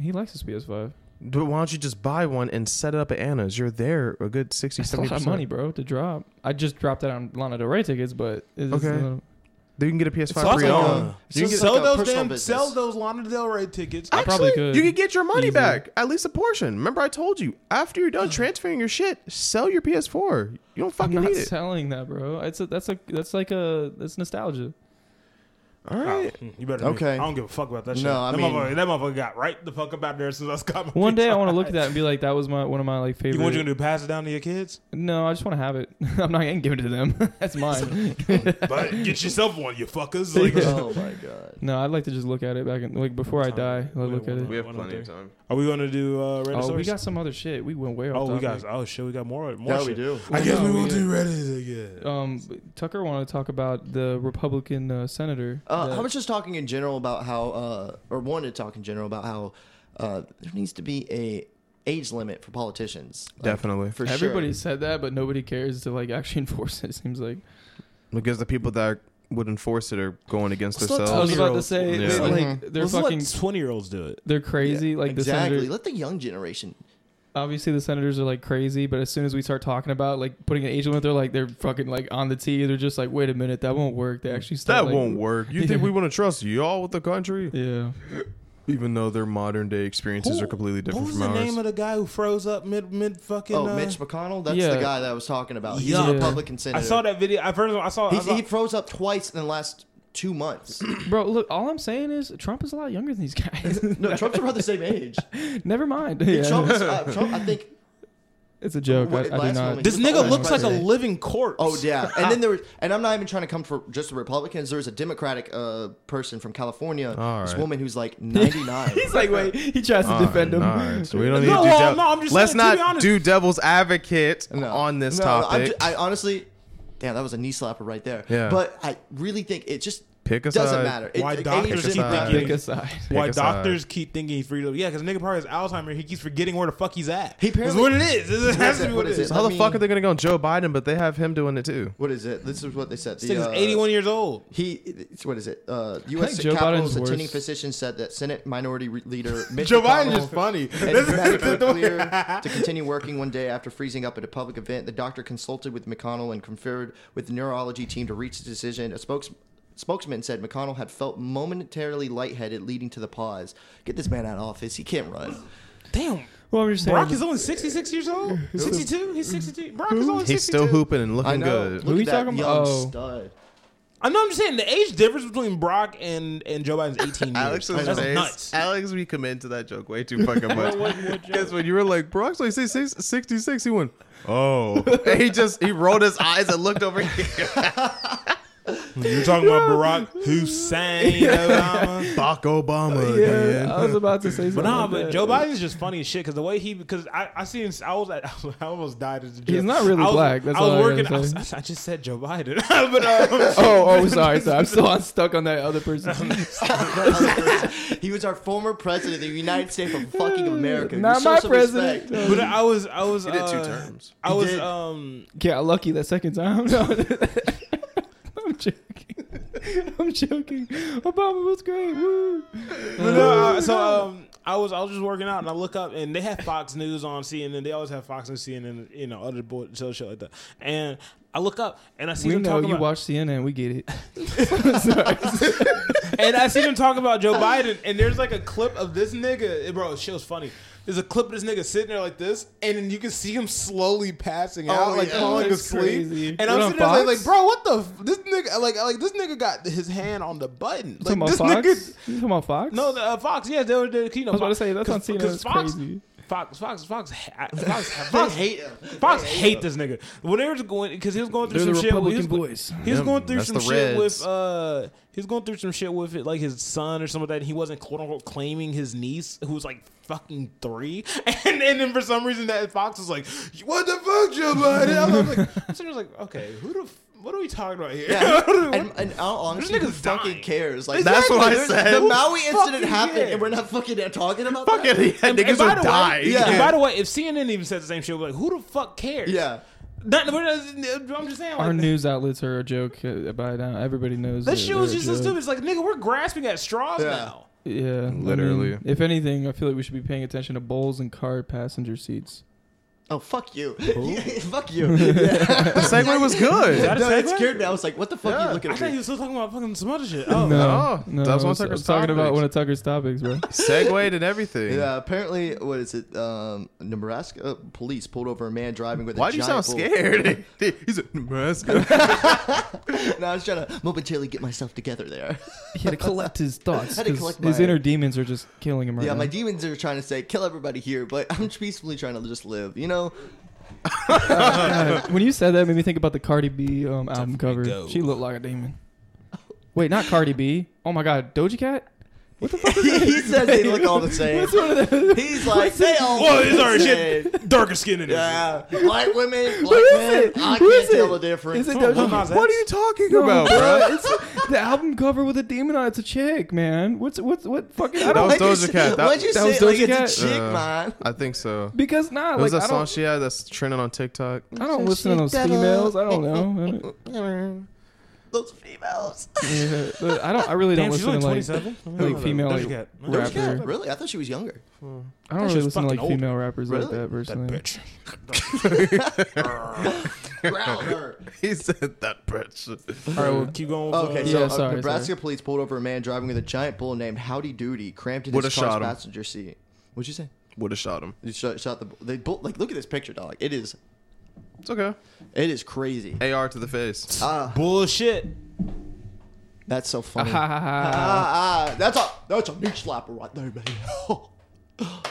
He likes his PS5.
Dude, Why don't you just buy one and set it up at Anna's? You're there a good 60,
It's a
70
lot of money, bro, to drop. I just dropped that on Lana Del Rey tickets, but it's
Okay.
uh,
Then you can get a PS5
also
pre
like
owned.
a-
You can
sell
like a
those
personal
damn
business.
sell those Lana Del Rey tickets.
I probably
Actually,
could.
You could get your money
Easily.
back, at least a portion. Remember, I told you after you're done transferring your shit, sell your PS4. You don't
I'm
fucking
not
need it.
selling that, bro. It's a, that's a that's like a that's nostalgia.
All
Oh,
right.
you better. than me.
Okay.
I don't give a fuck about that shit.
No, I
that
mean-
motherfucker, that motherfucker got right the fuck up out there since I got my.
One day I
PS5.
want to look at that and be like, that was my one of my like
You
favorite.
want you gonna do? Pass it down to your kids,
no, I just want to have it. I'm not gonna give it to them. that's mine.
but get yourself one, you fuckers. Like,
oh my god.
no, I'd like to just look at it back and like before I die. I look at
We
it.
have plenty of
time.
Are we gonna do uh, Reddit?
Oh, we
stories?
got some other shit. We went way off.
Oh, we got.
topic.
Oh shit, we got more. more
Yeah, we
shit.
do.
I guess we
No, we
will
did.
do Oh, Reddit again.
Um, Tucker wanted to talk about the Republican uh, senator.
Uh,
that-
I was just talking in general about how, uh, or wanted to talk in general about how uh, there needs to be a age limit for politicians. Like,
Definitely.
for
Everybody
sure.
said that, but nobody cares to like actually enforce it. It seems like
Because the people that would enforce it are going against
Let's let
I was
themselves.
Tony-
about to
eh,
say
Yeah.
they, like
Mhm.
they're
Let's
fucking
let twenty year olds do it.
they're crazy. like the
exactly.
senator,
Let the young generation.
obviously the senators are like crazy, but as soon as we start talking about like putting an age limit, they're like they're fucking like on the tee. They're just like, wait a minute, that won't work.
Mm.
They actually start,
That
like-
won't work. You think we want to trust y'all with the country?
Yeah,
Even though their modern day experiences are completely different
Who's
from
the
ours.
name of the guy who froze up mid mid fucking?
Oh,
uh,
Mitch McConnell. That's
yeah.
the guy that I was talking about. He's
Yeah.
a Republican
I
senator.
saw that video. I first of all, I saw. I
He's,
saw
he froze up twice in the last two months.
bro. Look, all I'm saying is Trump is a lot younger than these guys.
no, Trump's around the same age.
Never mind.
Trump,
Yeah.
is, uh, Trump, I think.
It's a joke. I,
Wait,
I do
last
not.
moment.
This
He was the
nigga
last
looks like a
president.
living corpse.
Oh yeah, and then there was, and I'm not even trying to come for just the Republicans. There was a Democratic uh, person from California,
All
this
right.
woman who's like 99.
He's like, wait, he tries to
All
defend
right,
him.
all right. So we don't need
No,
to do
well,
devil-
no, I'm just
Let's
saying, to be
not
honest-
do devil's advocate
No.
on this
No, I'm
topic.
ju- I honestly, damn, that was a knee slapper right there.
Yeah.
But I really think it just
Pick a
doesn't
side.
matter. It,
Why
it-
doctors
age
keep
doesn't matter.
thinking-
Pick a side.
Why
a side.
doctors keep thinking he's free to Yeah, because nigga probably has Alzheimer. He keeps forgetting where the fuck he's at.
He
That's
apparently-
what it is. It has
is
to
it?
be
What
what it
is
is.
it?
How the
I
fuck
mean-
are they gonna go Joe Biden? But they have him doing it too.
What is it? This is what they said.
This nigga's
uh,
81 years old.
He, it's, what is it? Uh, U.S.
think Joe Biden's
Capitol's attending
worse.
physician said that Senate Minority Re- Leader Mitch
Joe Biden's
McConnell
just funny.
had medically clear to continue working one day after freezing up at a public event. The doctor consulted with McConnell and conferred with the neurology team to reach a decision. A spokes- spokesman said McConnell had felt momentarily lightheaded, leading to the pause. Get this man out of office. He can't run.
Damn.
Well, I'm just saying.
Brock is only 66 years old. 62. He's 62. Brock is only 62.
He's still hooping and looking
I know.
good.
Look
Who
at
you
that
talking
young
about? Oh.
stud.
I know. I'm just saying the age difference between Brock and and Joe Biden's 18 years. That's nuts.
Alex, we commit to that joke way too fucking much. Because when you were like, Brock's like 66, 66, he went, oh. And he just, he rolled his eyes and looked over here.
You're talking about Barack Hussein Obama.
Barack Obama.
yeah, I was about to say something.
But nah,
like
but
that.
Joe Biden's just funny as shit because the way he because I I seen I was at, I almost died as a joke.
He's not really
I was,
black, that's
I was
all I gotta
working. I, was- I just said Joe Biden, but uh,
Oh, oh, sorry, sorry. I'm still on stuck on that other person.
He was our former president of the United States of fucking America.
Not
Your show
my
some
president.
respect.
but I was I was
did two
uh,
terms.
I
He
was
did.
um
Got lucky that second time. No. I'm joking. I'm joking. Obama was great. Woo.
but no, I- so um I was I was just working out and I look up and they have Fox News on CNN. They always have Fox News CNN. You know other bull- show show like that. And I look up and I see
We
them
know
talking
you
about
watch CNN. We get it.
and I see them talking about Joe Biden, and there's like a clip of this nigga, eh, bro. This shit was funny. There's a clip of this nigga sitting there like this, and then you can see him slowly passing out,
Oh,
like
yeah.
falling
That's
asleep.
crazy.
And I'm
What, on
sitting there like,
Fox?
like, bro, what the? F-? This nigga, like, like this nigga got his hand on the button. Like
You talking
this
about Fox?
nigga,
You talking about Fox?
no, the, uh, Fox. Yeah, they were the you know.
I was about to say that's on CNN. That's
Fox,
crazy.
Fox, Fox, Fox, ha- Fox, Fox,
They hate him.
Fox hate this nigga. When they were going, because he was going through
They're
some
the
shit. with- he was,
Republican boys.
He was
Them,
going through
that's
some
the
shit with
Reds.
uh, he was going through some shit with it, like his son or some of that. He wasn't quote unquote claiming his niece, who was like fucking three, and and then for some reason that Fox was like, "What the fuck, Joe Biden?" I'm like, I'm sitting there like, okay, who the. f- What are we talking about here?
Yeah, and, and I'll honestly,
This
who
nigga's
fucking
dying.
cares? Like
That's what I
there's-
said.
The
Who
Maui incident
fucking
happened,
cares?
and we're not fucking talking about
Fucking,
that.
yeah, niggas
by
are
the
dying.
Way, yeah.
Yeah.
By the way, if CNN even says the same shit, we're like, who the fuck cares?
Yeah,
Not, we're not- I'm just saying.
Our
Like,
news outlets are a joke uh, by now. Everybody knows
that
they're-
shit was
they're a
just so
joke.
stupid. It's like, nigga, we're grasping at straws
Yeah.
now.
Yeah, I mean,
Literally.
if anything, I feel like we should be paying attention to bowls and car passenger seats.
Oh fuck you! fuck you! Yeah.
The segue was good.
That-
no,
a
that
segue?
scared me. I was like, "What the fuck are
Yeah.
you looking
I
at
thought
me?"
you were still talking about fucking some other shit. Oh,
No, that was
I
one
I
of Tucker's
talking about
topics.
one of Tucker's topics, bro.
Segued and everything.
Yeah, apparently, what is it? Um, Nebraska uh, police pulled over a man driving with
Why
a
do you
giant
sound scared? He's like, Nebraska.
bull- no, I was trying to momentarily get myself together there.
He had to collect his thoughts.
Had to
'cause
collect
his
my-
inner demons are just killing him right
yeah,
now.
my demons are trying to say, kill everybody here, but I'm peacefully trying to just live, you know?
God, when you said that, it made me think about the Cardi B um, album cover.
go.
She looked like a demon. Wait, not Cardi B. Oh my God, Doja Cat. What the fuck? Is
he says they look all the same.
What's one of those?
He's like, they all
Well,
look
it's
the
already
same.
shit. Darker skin in it.
Yeah, white women,
Who
black
is
men,
it?
I
Who is
can't tell
it?
the difference.
Is it
Come on,
Doja
Nas
What are
X.
you talking
No,
about,
bro,
bro?
It's the album cover with a demon on it. It's a chick, man. What's what's what fucking? I
That
don't
was
like
Doja Cat. That-
Why'd you
that
say
was
it like
Doja
it's a
Cat.
chick, man?
Uh, I think so.
because not
What was
like I
that song
don't.
she had that's trending on TikTok?
I don't listen to those females.
uh,
I don't know.
Those females.
Yeah, but I don't. I really don't
Damn, she's
listen
only
to like
27?
like female
Doja
like
Cat. Doja
rapper.
Yeah, really? I thought she was younger.
I don't
That
really
shit's
listen to like
fucking old.
female rappers like
Really?
that personally.
bitch.
Ground her.
He said that bitch.
All right, well, keep going. With,
Okay,
uh,
so
Oh, Yeah,
uh,
sorry,
Nebraska police pulled over a man driving with a giant bull named Howdy Doody cramped in
Woulda
his car's
shot him.
passenger seat. What'd you say?
Would have shot him.
You shot, shot the bull. They bull. Like, look at this picture, dog. It is,
It's okay.
it is crazy.
AR to the face.
Ah,
bullshit.
that's so funny.
Ha
ah,
ha ha.
ah, that's a that's a knee slapper right there, man.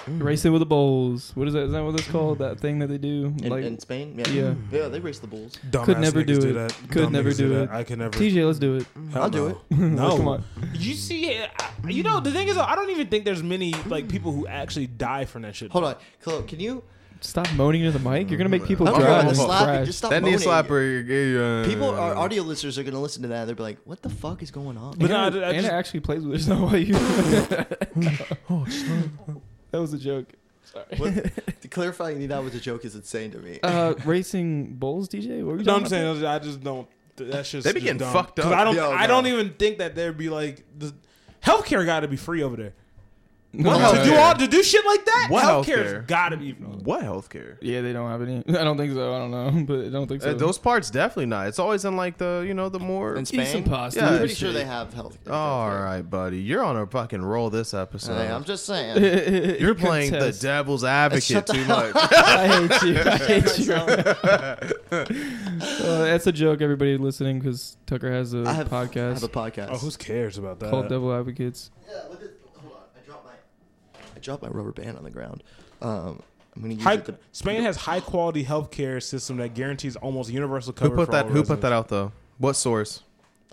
Racing with the bulls. What is that? Is that what it's called? That thing that they do?
in,
like
in Spain. Yeah.
yeah.
Yeah, they race the bulls.
Dumbass
Could never
niggas
do it.
that.
Could
Dumb
never
niggas
do it.
that. I could never.
TJ, let's do it.
Mm.
Hell
I'll do
no.
it.
No,
Come on.
You see, it, I- you know the thing is, I don't even think there's many like people who actually die from that shit.
Hold on, Chloe, can you?
Stop moaning into the mic. You're gonna make people
I don't care
drive
about the
and
slapping.
crash.
Just stop
that knee
moaning.
slapper.
People, our audio listeners are gonna listen to that. They'll be like, "What the fuck is going on?"
But
Anna,
no, I- I
Anna
just- Oh,
actually plays with herself while you. that was a joke.
What- clarifying that was a joke is insane to me.
Uh, racing bulls, DJ. What were you
No,
talking
I'm
about
saying I just don't. That shit's
They be
just
getting
dumb.
fucked
'Cause
up.
I don't.
Yo,
I don't
no.
even think that there'd be like the healthcare. Got to be free over there.
there?
What
No,
To do
healthcare?
all to do shit like that.
What
healthcare's
healthcare?
got to be.
What healthcare?
Yeah, they don't have any. I don't think so. I don't know, but I don't think so.
Uh, those parts definitely not. It's always in like the you know the more.
In Spain,
Eat some pasta.
Yeah.
I'm
with
pretty
the
sure
shit.
they have health.
Oh, all right, buddy. You're on a fucking roll this episode.
Hey, I'm just saying.
You're playing the
Contest.
devil's advocate
Shut the
too
hell
much.
I hate you. I hate you. uh, that's a joke, everybody listening, because Tucker has a
I have
podcast
I have a uh, podcast.
Oh, who cares about that?
called Devil Advocates.
Yeah, what is, hold on. I dropped my I dropped my rubber band on the ground. Um, I'm gonna use
High,
it. To,
Spain has high quality healthcare system that guarantees almost universal
who
coverage.
put
for
that?
all
Who put
residents.
that out though? What source?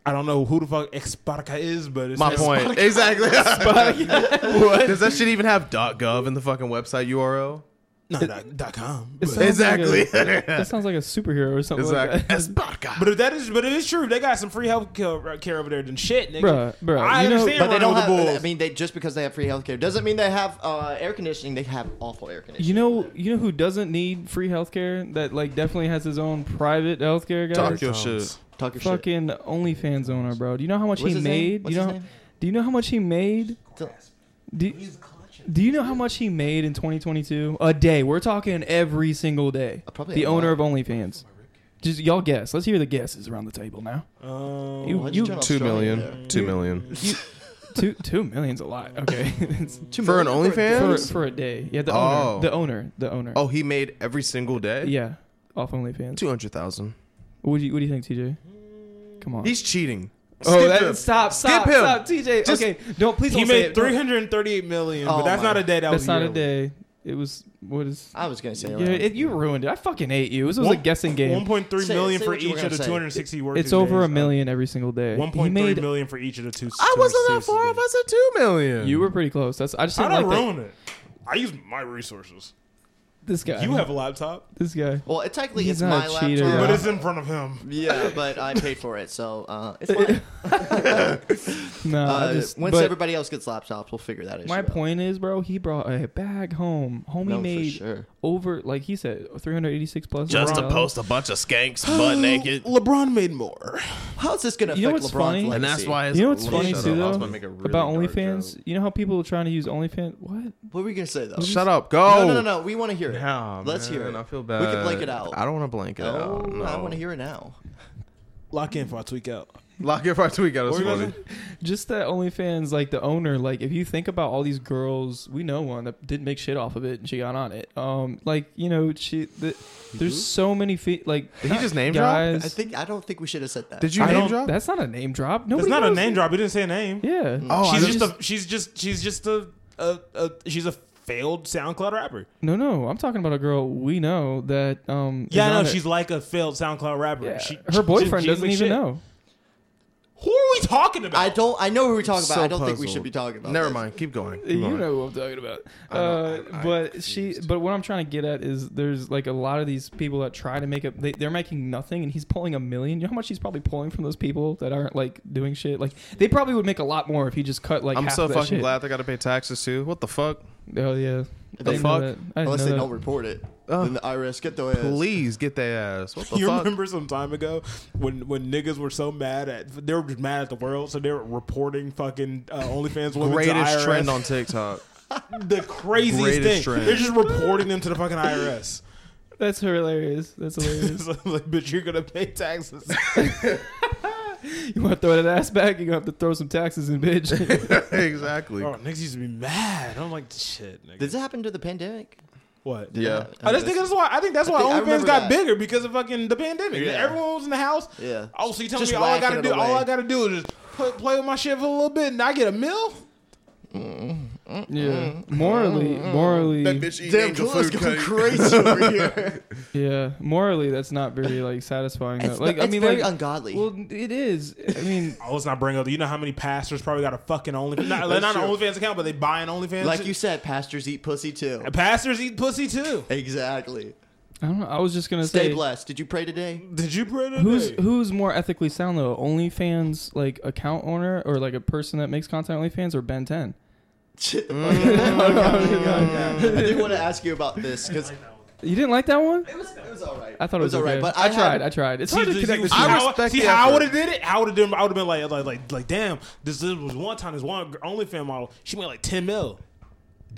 I don't know who the fuck Exparca is, but it's
My
it's-
point. Exactly. what? Does that shit even have .gov in the fucking website URL?
No, dot, dot com.
It
But,
sounds like a-
Exactly.
that sounds like a superhero or something.
Exactly.
Like that.
but if that is, but it is true. They got some free health care over there than shit, nigga.
Bruh, bruh,
I
you know-
understand
but they
running
don't
with
have.
the Bulls.
I mean, they just because they have free healthcare doesn't mean they have uh, air conditioning. They have awful air conditioning.
You know, you know who doesn't need free healthcare? That like definitely has his own private healthcare guy.
Talk your shit.
Talk your shit.
Fucking OnlyFans owner, bro. Do you know how much
What's
he
his name?
made?
What's
you know,
his name?
do you know how much he made?
Tell-
Do, do you know how much he made in 2022? A day. We're talking every single day.
Uh, probably
the
a
owner of
lot.
OnlyFans. Just y'all guess. Let's hear the guesses around the table now.
Um,
You-
why'd
you-
turn
Two
Australian
million.
there?
Two million.
Two two million's a lot. Okay, It's
Two
For an
million a
for
OnlyFans?
day?
for a day. Yeah, the
Oh.
owner. The owner. The owner.
Oh, he made every single day.
yeah, off OnlyFans.
Two hundred thousand.
What do you What do you think, TJ? Come on.
He's cheating.
Oh,
Skip
that,
him.
stop, stop,
Skip him.
stop, TJ.
Just-
okay, don't please.
he
don't say
made
it.
three hundred thirty-eight million,
Oh
but that's
my-
not a day. That
That's
was
not a
yearly.
day. It was what is?
I was gonna say.
Yeah,
around-
it, you ruined it. I fucking hate you. This was a
One-
guessing game.
1.3
Say-
million
say
for
what you were
each
gonna
of the
say.
260 working
It's over
days. uh,
a million every single day. He
1.3
made-
million for each of the two.
I wasn't that
260.
far off. I said two million.
You were pretty close. That's I just
I
didn't
don't
like that-
ruin it. I use my resources.
this guy.
You have a laptop,
this guy.
Well, it technically
He's
it's
not
my
a
laptop.
cheater,
but
Yeah.
it's in front of him.
yeah, but I paid for it, so uh, it's fine.
No,
Uh,
I just,
once
but
everybody else gets laptops, we'll figure that issue.
my
out.
point is, bro, he brought a bag home. Homie
No, for
made
sure.
over, like he said, 386 plus.
just to
dollars.
post a bunch of skanks butt naked.
LeBron made more.
How is this gonna affect
You know what's
LeBron's
funny?
legacy?
And that's why it's
You know what's
Let me
funny
shut
too,
up. I was
though,
gonna make a really
about
dark
OnlyFans.
joke.
You know how people are trying to use OnlyFans? What?
What were you gonna say though?
Shut up. Go.
No, no, no, no. We want to hear it.
Hell,
Let's hear
man,
it.
I feel bad.
We can blank it out.
I don't want to blank it
Oh,
out. No.
I want to hear it now.
Lock in for I tweak out.
Lock it for our tweet out. It's
What were you
funny.
Just that OnlyFans, like the owner, like if you think about all these girls, we know one that didn't make shit off of it and she got on it. Um, like you know, she the, there's so many feet like
Did he
not
just name drop?
guys.
I think I don't think we should have said that.
Did you
I
name
don't-
drop?
That's not a name drop. Nobody
It's not a
knows
name
it.
drop. He didn't say a name.
Yeah.
Oh, I
she's
was
just, a. She's just. She's just a. a, a she's a failed SoundCloud rapper.
no, no. I'm talking about a girl we know that. Um, is
Yeah, no,
on it.
she's like a failed SoundCloud rapper.
Yeah.
She, she-
her boyfriend
she
doesn't
makes
even
shit.
know.
Who are we talking about?
I don't. I know who we're talking about.
So
I don't think we
puzzled.
should be talking about.
Never
this.
mind. Keep going. Keep
You
going.
know what I'm talking about.
know, I-
Uh,
I'm
but she, but what I'm trying to get at is there's like a lot of these people that try to make up. They, they're making nothing, and he's pulling a million. You know how much he's probably pulling from those people that aren't like doing shit. Like they probably would make a lot more if he just cut like.
I'm
half
so
of that
fucking
shit.
glad they got to pay taxes too. What the fuck?
Oh yeah. I didn't know
fuck?
that. I didn't
Unless
know
they
that.
don't report it, then the IRS get their ass.
Please get their ass. What the
you
fuck?
remember some time ago when when niggas were so mad at they were just mad at the world, so they were reporting fucking uh, OnlyFans women to
Greatest
IRS.
trend on TikTok.
the craziest
Greatest
thing.
trend.
They're just reporting them to the fucking IRS.
That's hilarious. That's hilarious.
It's like, bitch, you're gonna pay taxes.
you want to throw that ass back? You're gonna have to throw some taxes in, bitch.
exactly.
oh, niggas used to be mad. I'm like, shit, nigga.
Did that happen to the pandemic?
what? Oh,
Did
Yeah.
that-
I just think that's why I think that's why
think- I
OnlyFans
remember
got
that.
bigger because of fucking the pandemic.
Yeah.
Everyone was in the house.
Yeah.
Oh, so you telling
Just
me all I
whacking
gotta
it
do? All
away.
I gotta do is just play, play with my shit for a little bit, and I get a meal.
Yeah.
Mm-hmm.
Morally, morally,
That bitch eating
Damn,
angel
Kula's
food
going
cake.
crazy over here.
yeah, morally, that's not very like satisfying.
It's,
like
not-
I
it's
mean,
very
like,
ungodly.
well, it is. I mean,
Oh, let's not bring up. You know how many pastors probably got a fucking OnlyFans, not, not
true.
an OnlyFans account, but they buy an OnlyFans.
like you said, pastors eat pussy too.
pastors eat pussy too.
Exactly.
I don't know. I was just gonna
Stay
say,
blessed. Did you pray today?
Did you pray today?
who's who's more ethically sound though? OnlyFans like account owner or like a person that makes content on OnlyFans or Ben Ten?
Shit the fuck out. I did want to ask you about this because
You didn't like that one?
it was, it was all right.
I thought it was,
all right,
okay.
but
I,
I,
tried.
had-
I tried. It's
See,
hard to
see,
connect the
see
two.
how,
respect
see
the
how I
effort.
would have did it. I would have done. I would have been like, like, like, like, damn. This, this was one time. This one OnlyFans model. She made like ten mil.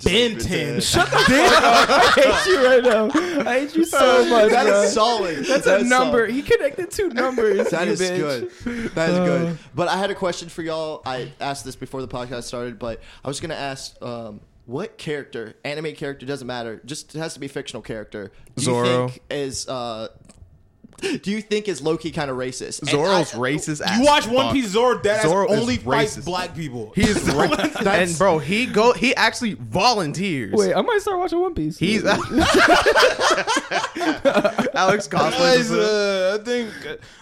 Ben ten. Shut the
I hate you right now. I hate you so much.
that
bro.
is solid.
That's a number. He connected two numbers.
That
you
is
bitch. Uh.
good. That is good. But I had a question for y'all. I asked this before the podcast started, but I was gonna ask um, what character, anime character, doesn't matter. Just it has to be fictional character. Do
Zorro.
you think is uh, do you think is Loki kind of racist? And
Zorro's
I-
racist.
You
as
watch One
fuck.
Piece Zoro. That
Zoro is
only fights
racist.
black people.
He is ra-
That's-
and bro, he go. He actually volunteers.
Wait, I might start watching One Piece.
He's Alex
Guys,
Cosplay.
uh, I think,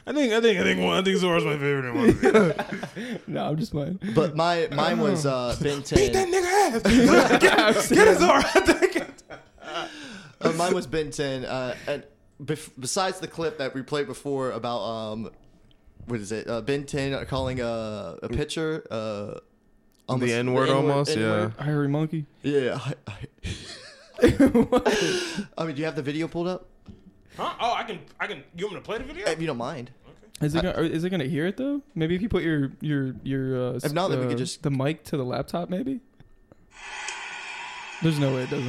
I think, I think, I think, one, I think Zoro's my favorite in One Piece.
no, I'm just playing.
But my mine was uh, Ben
Beat that
Ten.
nigga ass. Get, get it, Zoro. I think.
Uh, mine was Ben Ten. Uh, and bef- besides the clip that we played before about um, what is it? Uh, ben Ten calling a a pitcher. Uh, almost-
The N word
N-word-
almost. Yeah.
N-word.
Ivory Monkey.
Yeah. I, I, I mean, do you have the video pulled up?
Huh? Oh, I can, I can. You want me to play the video?
If you don't mind.
Is it gonna, or is it gonna hear it though? Maybe if you put your your your uh,
If not, then we could
uh,
just-
the mic to the laptop. Maybe. There's no way it doesn't.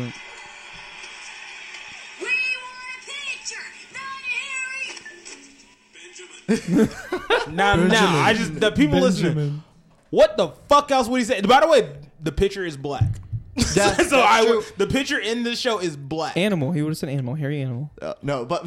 We want a picture, not a Harry.
Nah, nah. I just the people listening. What the fuck else would he say? By the way, the picture is black.
That's-
so
that's
I
true.
would the picture in this show is black.
Animal. He would have said animal. Hairy animal.
Uh, no, but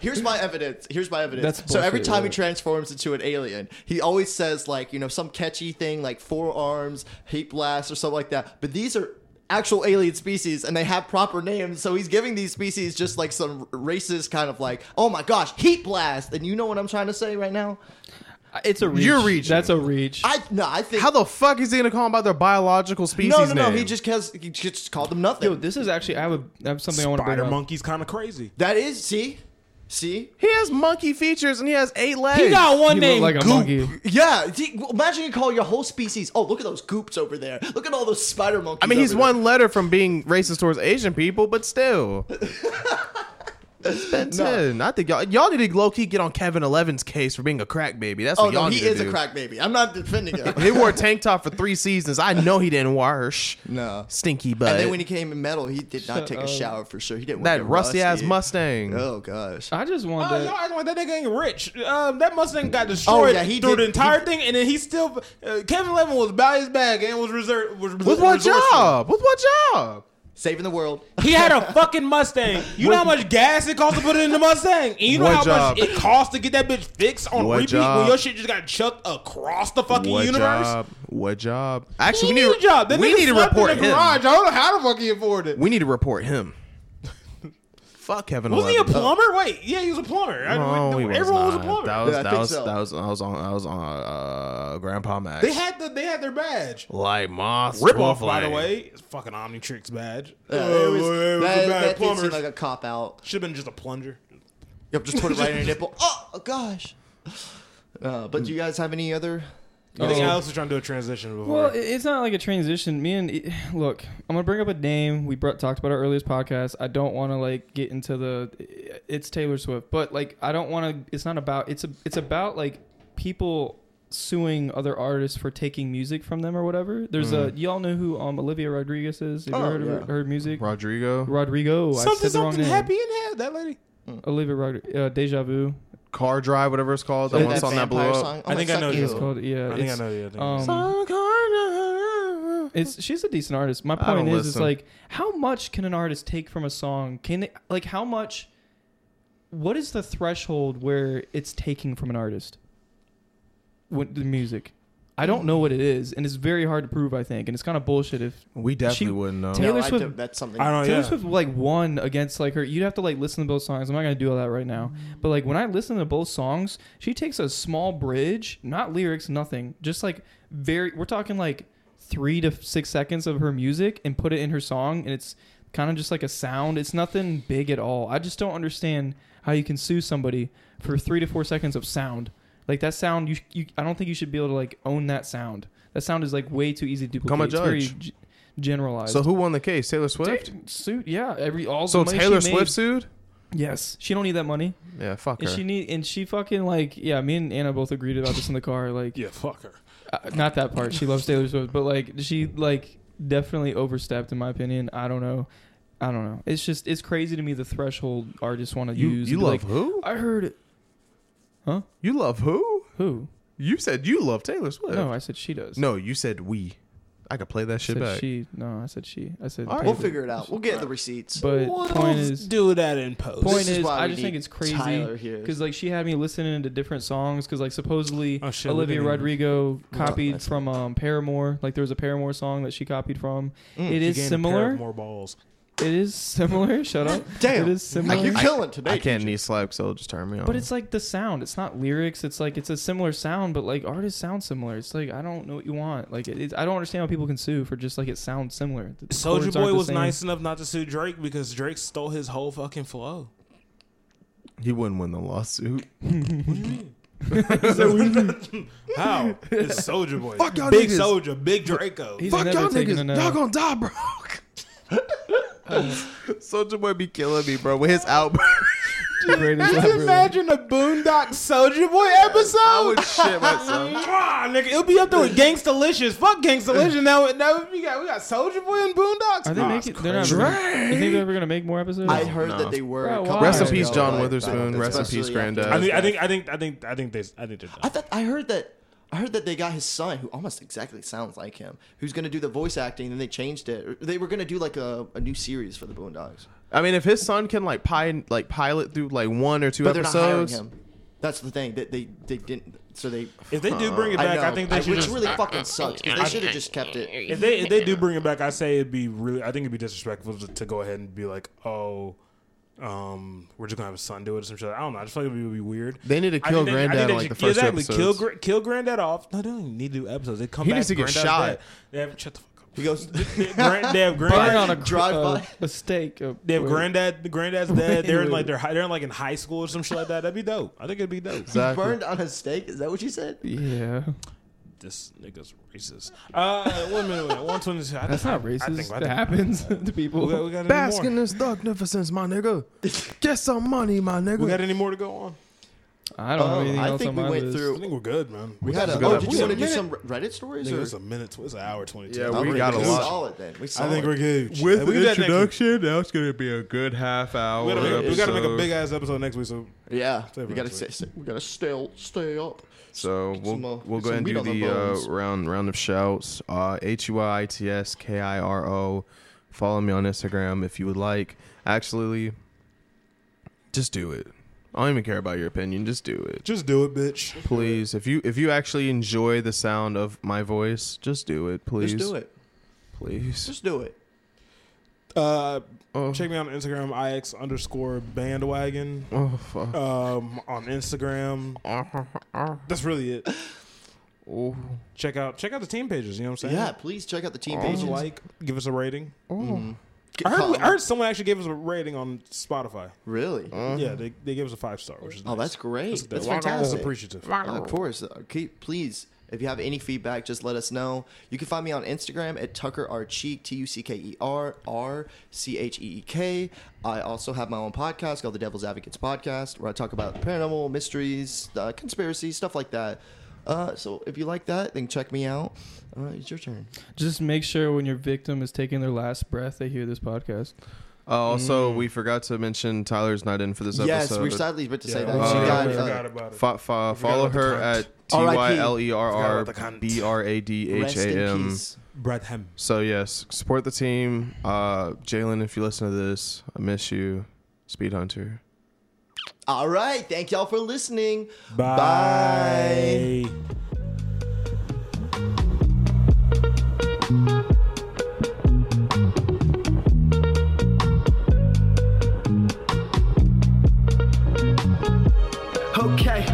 here's my evidence. Here's my evidence.
That's
so every
bullshit,
time he
yeah.
transforms into an alien, he always says like you know some catchy thing like forearms, heat blast, or something like that. But these are actual alien species, and they have proper names. So he's giving these species just like some racist kind of like, oh my gosh, heat blast. And you know what I'm trying to say right now?
It's a reach.
You're reaching.
That's a reach.
I no, I think
How the fuck is he gonna call him by their biological species
no, no, no.
name?
He just has, he just called them nothing.
Yo, this is actually. I have a. I have something I want to bring
Spider
up.
monkey's kind of crazy.
that is see, see.
he has monkey features and he has eight legs.
He got one
He
name.
looked like a monkey.
Yeah, see, well, imagine you call your whole species. Oh, look at those goops over there. Look at all those spider monkeys.
I mean, he's
over there."
one letter from being racist towards Asian people, but still. It's Ben 10. I think y'all y'all need to low key get on Kevin Eleven's case for being a crack baby. That's
Oh
what y'all
no,
need
he
to
is
do.
a crack baby. I'm not defending him.
He wore a tank top for three seasons. I know he didn't wash.
no.
Stinky butt.
And then when he came in metal, he did not
Shut
take a
up.
shower for sure. He didn't.
that
want to
rusty
get
ass Mustang.
Oh gosh.
I just wanted.
Oh, y'all acting like that nigga ain't rich. Um, that Mustang got destroyed
Oh, yeah, he
through
did-
the entire
he-
thing, and then he still. Uh, Kevin Levin was by his bag and was reserved. Was
With what
resourceful.
job? With what job?
Saving the world.
He had a fucking Mustang. You know how much gas it costs to put it in the Mustang, and you know
What
how
job?
much it costs to get that bitch fixed on
What
repeat when
job?
your shit just got chucked across the fucking
what
universe.
job? What job? Actually,
He
we
need a job. That
we
nigga
need to
slept in
report
the
him.
garage. I don't know how the fuck he afforded it.
We need to report him. Fuck Kevin
Wasn't he a
Eleven.
plumber? Wait, yeah, he was a plumber. I-
No, he was
everyone was a
not.
plumber.
That was
Yeah, I
that
think
was,
so.
that was I was on I was on uh, Grandpa Max.
they had the they had their badge.
like moss
Rip off, by
Like-
the way. It's fucking Omnitrix badge.
Yeah,
Oh,
it was,
it was
that,
a bad
that did
plumber.
seem like a cop out.
Should have been just a plunger.
Yep, just put it right in your nipple. Oh gosh. Uh, but do you guys have any other?
I think
Oh.
Alex was trying to do a transition before.
Well, it- it's not like a transition. Me and e, look, I'm gonna bring up a name we brought, talked about our earliest podcast. I don't want to like get into the it's Taylor Swift, but like I don't want to. It's not about it's a it's about like people suing other artists for taking music from them or whatever. There's
Mm-hmm.
a y'all know who um Olivia Rodriguez is. Have you
Oh,
heard of her,
yeah.
her music?
Rodrigo,
Rodrigo. I
something
said the wrong
something
name.
happy in hell, that lady.
Olivia Rodriguez. Uh, Deja vu.
Car Drive, whatever it's called. That one song that blew
vampire
up.
song? Oh,
I think I
suck
know
you.
this
It's called yeah.
I think I
it's,
know, yeah, I think I know.
um, It's she's a decent artist. My
don't
point is, is
listen.
like how much can an artist take from a song? Can they like how much? What is the threshold where it's taking from an artist? With the music, I don't know what it is, and it's very hard to prove. I think, and it's kind of bullshit if
We definitely
She-
wouldn't know.
Taylor
no, I
Swift-
don't- that's something.
I don't know.
Taylor
yeah.
Swift like won against like her. You'd have to like listen to both songs. I'm not gonna do all that right now. But like when I listen to both songs, she takes a small bridge, not lyrics, nothing. Just like very, we're talking like three to six seconds of her music and put it in her song, and it's kind of just like a sound. It's nothing big at all. I just don't understand how you can sue somebody for three to four seconds of sound. Like that sound, you, you I don't think you should be able to like own that sound. That sound is like way too easy to duplicate.
Become a
It's very
judge.
g- generalized.
So who won the case? Taylor Swift.
Dude, suit, yeah. Every all
So
the money
Taylor
she made-
Swift sued.
Yes, she don't need that money,
Yeah, fuck her.
and she need and she fucking like yeah. Me and Anna both agreed about this in the car. Like,
Yeah, fuck her.
uh, not that part. She loves Taylor Swift, but like she like definitely overstepped in my opinion. I don't know. I don't know. It's just it's crazy to me the threshold artists want to
you
use.
you
and be like,
love who?
I heard it. Huh?
You love who?
Who?
You said you love Taylor Swift.
No, I said she does.
Uh, No, you said we. I could play that
I
shit
said
back.
she. No, I said she. I said.
All right,
We'll
Taylor.
figure it out. We'll get the receipts.
But point is,
do that in post.
point
This is
is,
why
I
we
just think
need
it's crazy
Tyler here.
because like she had me listening to different songs because like supposedly
Oh, shit, we
Olivia
didn't even-
Rodrigo copied
last
from um, Paramore. Like there was a Paramore song that she copied from. it is similar.
More balls.
It is similar. Shut up.
Damn.
It is
Like, you're
similar.
killing today.
I can't knee slap, so it'll just turn me on.
But it's like the sound. It's not lyrics. It's like it's a similar sound, but like artists sound similar. It's like I don't know what you want. Like it, it- I don't understand how people can sue for just like it sounds similar. The
Soldier
chords aren't
Boy
the
was
same.
nice enough not to sue Drake because Drake stole his whole fucking flow.
he wouldn't win the lawsuit.
How? It's Soldier Boy.
Fuck y'all
big
niggas.
Soldier, big Draco.
He's
Fuck
never
y'all
taken
niggas.
a no.
Y'all gonna die, bro. Soldier Boy be killing me, bro. With his outburst,
Greatest rapper.
a Boondock Soldier Boy episode.
I would shit myself.
Ah, nigga, it'll be up there with Gangstalicious. Fuck Gangstalicious. Now, now we got we got Soldier Boy and Boondocks.
Are they
Nah,
making?
it's
They're not.
crazy.
You think they're ever gonna make more episodes?
I heard
No.
that they were. a
Bro,
couple
why?
Rest in
years
peace,
ago,
John
like,
Witherspoon.
back-
Rest in peace,
especially after-
Granddad.
I think, I think I think I think I think they I think they're done.
I thought I heard that. I heard that they got his son, who almost exactly sounds like him, who's going to do the voice acting. Then they changed it. They were going to do like a, a new series for the Boondocks,
I mean, if his son can like pi- like pilot through like one or two
but they're not hiring
episodes,
him. That's the thing that they they didn't. So they.
if they do bring it
I
back,
know.
I, think they should
which
just.
really fucking sucks. 'cause They should have just kept it.
if they if they do bring it back, I say it'd be really. I think it'd be disrespectful to, to go ahead and be like, oh, um, we're just gonna have a son do it or some shit. I don't know. I just feel like it would be weird.
They need to
I
kill
think they- I
Granddad in,
think they
like,
should-
the first two
exactly. Kill
episodes.
Gra- kill Granddad off. No, they don't even need to do episodes. They come
He
back.
needs to get
Granddad's
shot.
dead. They have shut the fuck up.
He goes.
They have Grand- they have
burn
Granddad
on a
Drive
uh,
by.
a stake. of-
They have
wait.
granddad. The granddad's dead. They're in
Wait.
like they're hi- they're in like in high school or some shit like that. That'd be dope. I think it'd be dope.
exactly.
Burned on a stake. Is that what you said?
Yeah,
This nigga's racist. Uh, one minute, wait, one twenty two.
that's not racist. that happens to people.
We got, we got any
Bask in
more.
this magnificence, my nigga. Get some money, my nigga.
We got any more to go on?
I don't
Oh,
have anything
I
else
think
on
we
my
went
list.
through-
I think we're good, man.
We had a.
good
Oh,
episode.
did you want to do
Minute.
some Reddit stories?
Nigga,
or?
it's a minute. It's an hour twenty two.
Yeah,
Oh,
we
we're
got a
good.
lot.
Solid then. We
I
solid.
think we're
With
good. Hey, we
an
do that next week.
introduction, that's gonna be a good half hour.
We gotta, make a, we gotta make a
episode.
big ass episode next week. So
Yeah,
Save
we
it
gotta
next week.
stay, we gotta stay stay up.
So we'll
some, uh,
we'll
get
go ahead and
some
do
meat on
the
the bones.
uh, round round of shouts. Uh, H u i t s k i r o. Follow me on Instagram if you would like. Actually, just do it. I don't even care about your opinion. Just do it,
just do it, bitch.
please. If you if you actually enjoy the sound of my voice, just do it, please.
Just do it.
please.
Just do it.
Uh,
Oh,
check me out on Instagram, ix underscore bandwagon.
oh fuck.
Um, on Instagram,
Uh-huh.
that's really it.
Oh,
Check out check out the team pages. You know what I'm saying?
Yeah, please Uh-huh. check out the team
Give us
pages.
a like, give us a rating.
Get
I heard,
comment.
I heard someone actually gave us a rating on Spotify.
Really?
Uh,
Yeah, they, they gave us a five star, which is
Uh-huh. Oh,
nice.
that's great. That's,
dope. That's
fantastic.
appreciative.
Yeah, of course. Uh, Keep, please, if you have any feedback, just let us know. You can find me on Instagram at Tucker R Cheek, T U C K E R R C H E E K. I also have my own podcast called The Devil's Advocates Podcast, where I talk about paranormal mysteries, uh, conspiracy, stuff like that. Uh, so if you like that, then check me out. Uh, it's your turn.
Just make sure when your victim is taking their last breath, they hear this podcast.
Uh,
Mm.
also, we forgot to mention Tyler's not in for this
Yes,
episode.
we are sadly meant to say that.
I
she
uh,
got,
forgot
uh,
about it.
Fo- fo- follow
about the
her
cunt.
at T Y L E R
Forgot
R
about the cunt.
B R A D H
rest
A
in
M.
peace.
Bradham.
So yes, support the team. Uh, Jalen, if you listen to this, I miss you. Speed Hunter.
All right. Thank y'all for listening.
Bye.
Okay,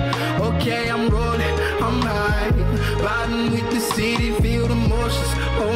okay, I'm rolling, I'm high. Riding with the city, feel the motions. Oh oh Uh, mm,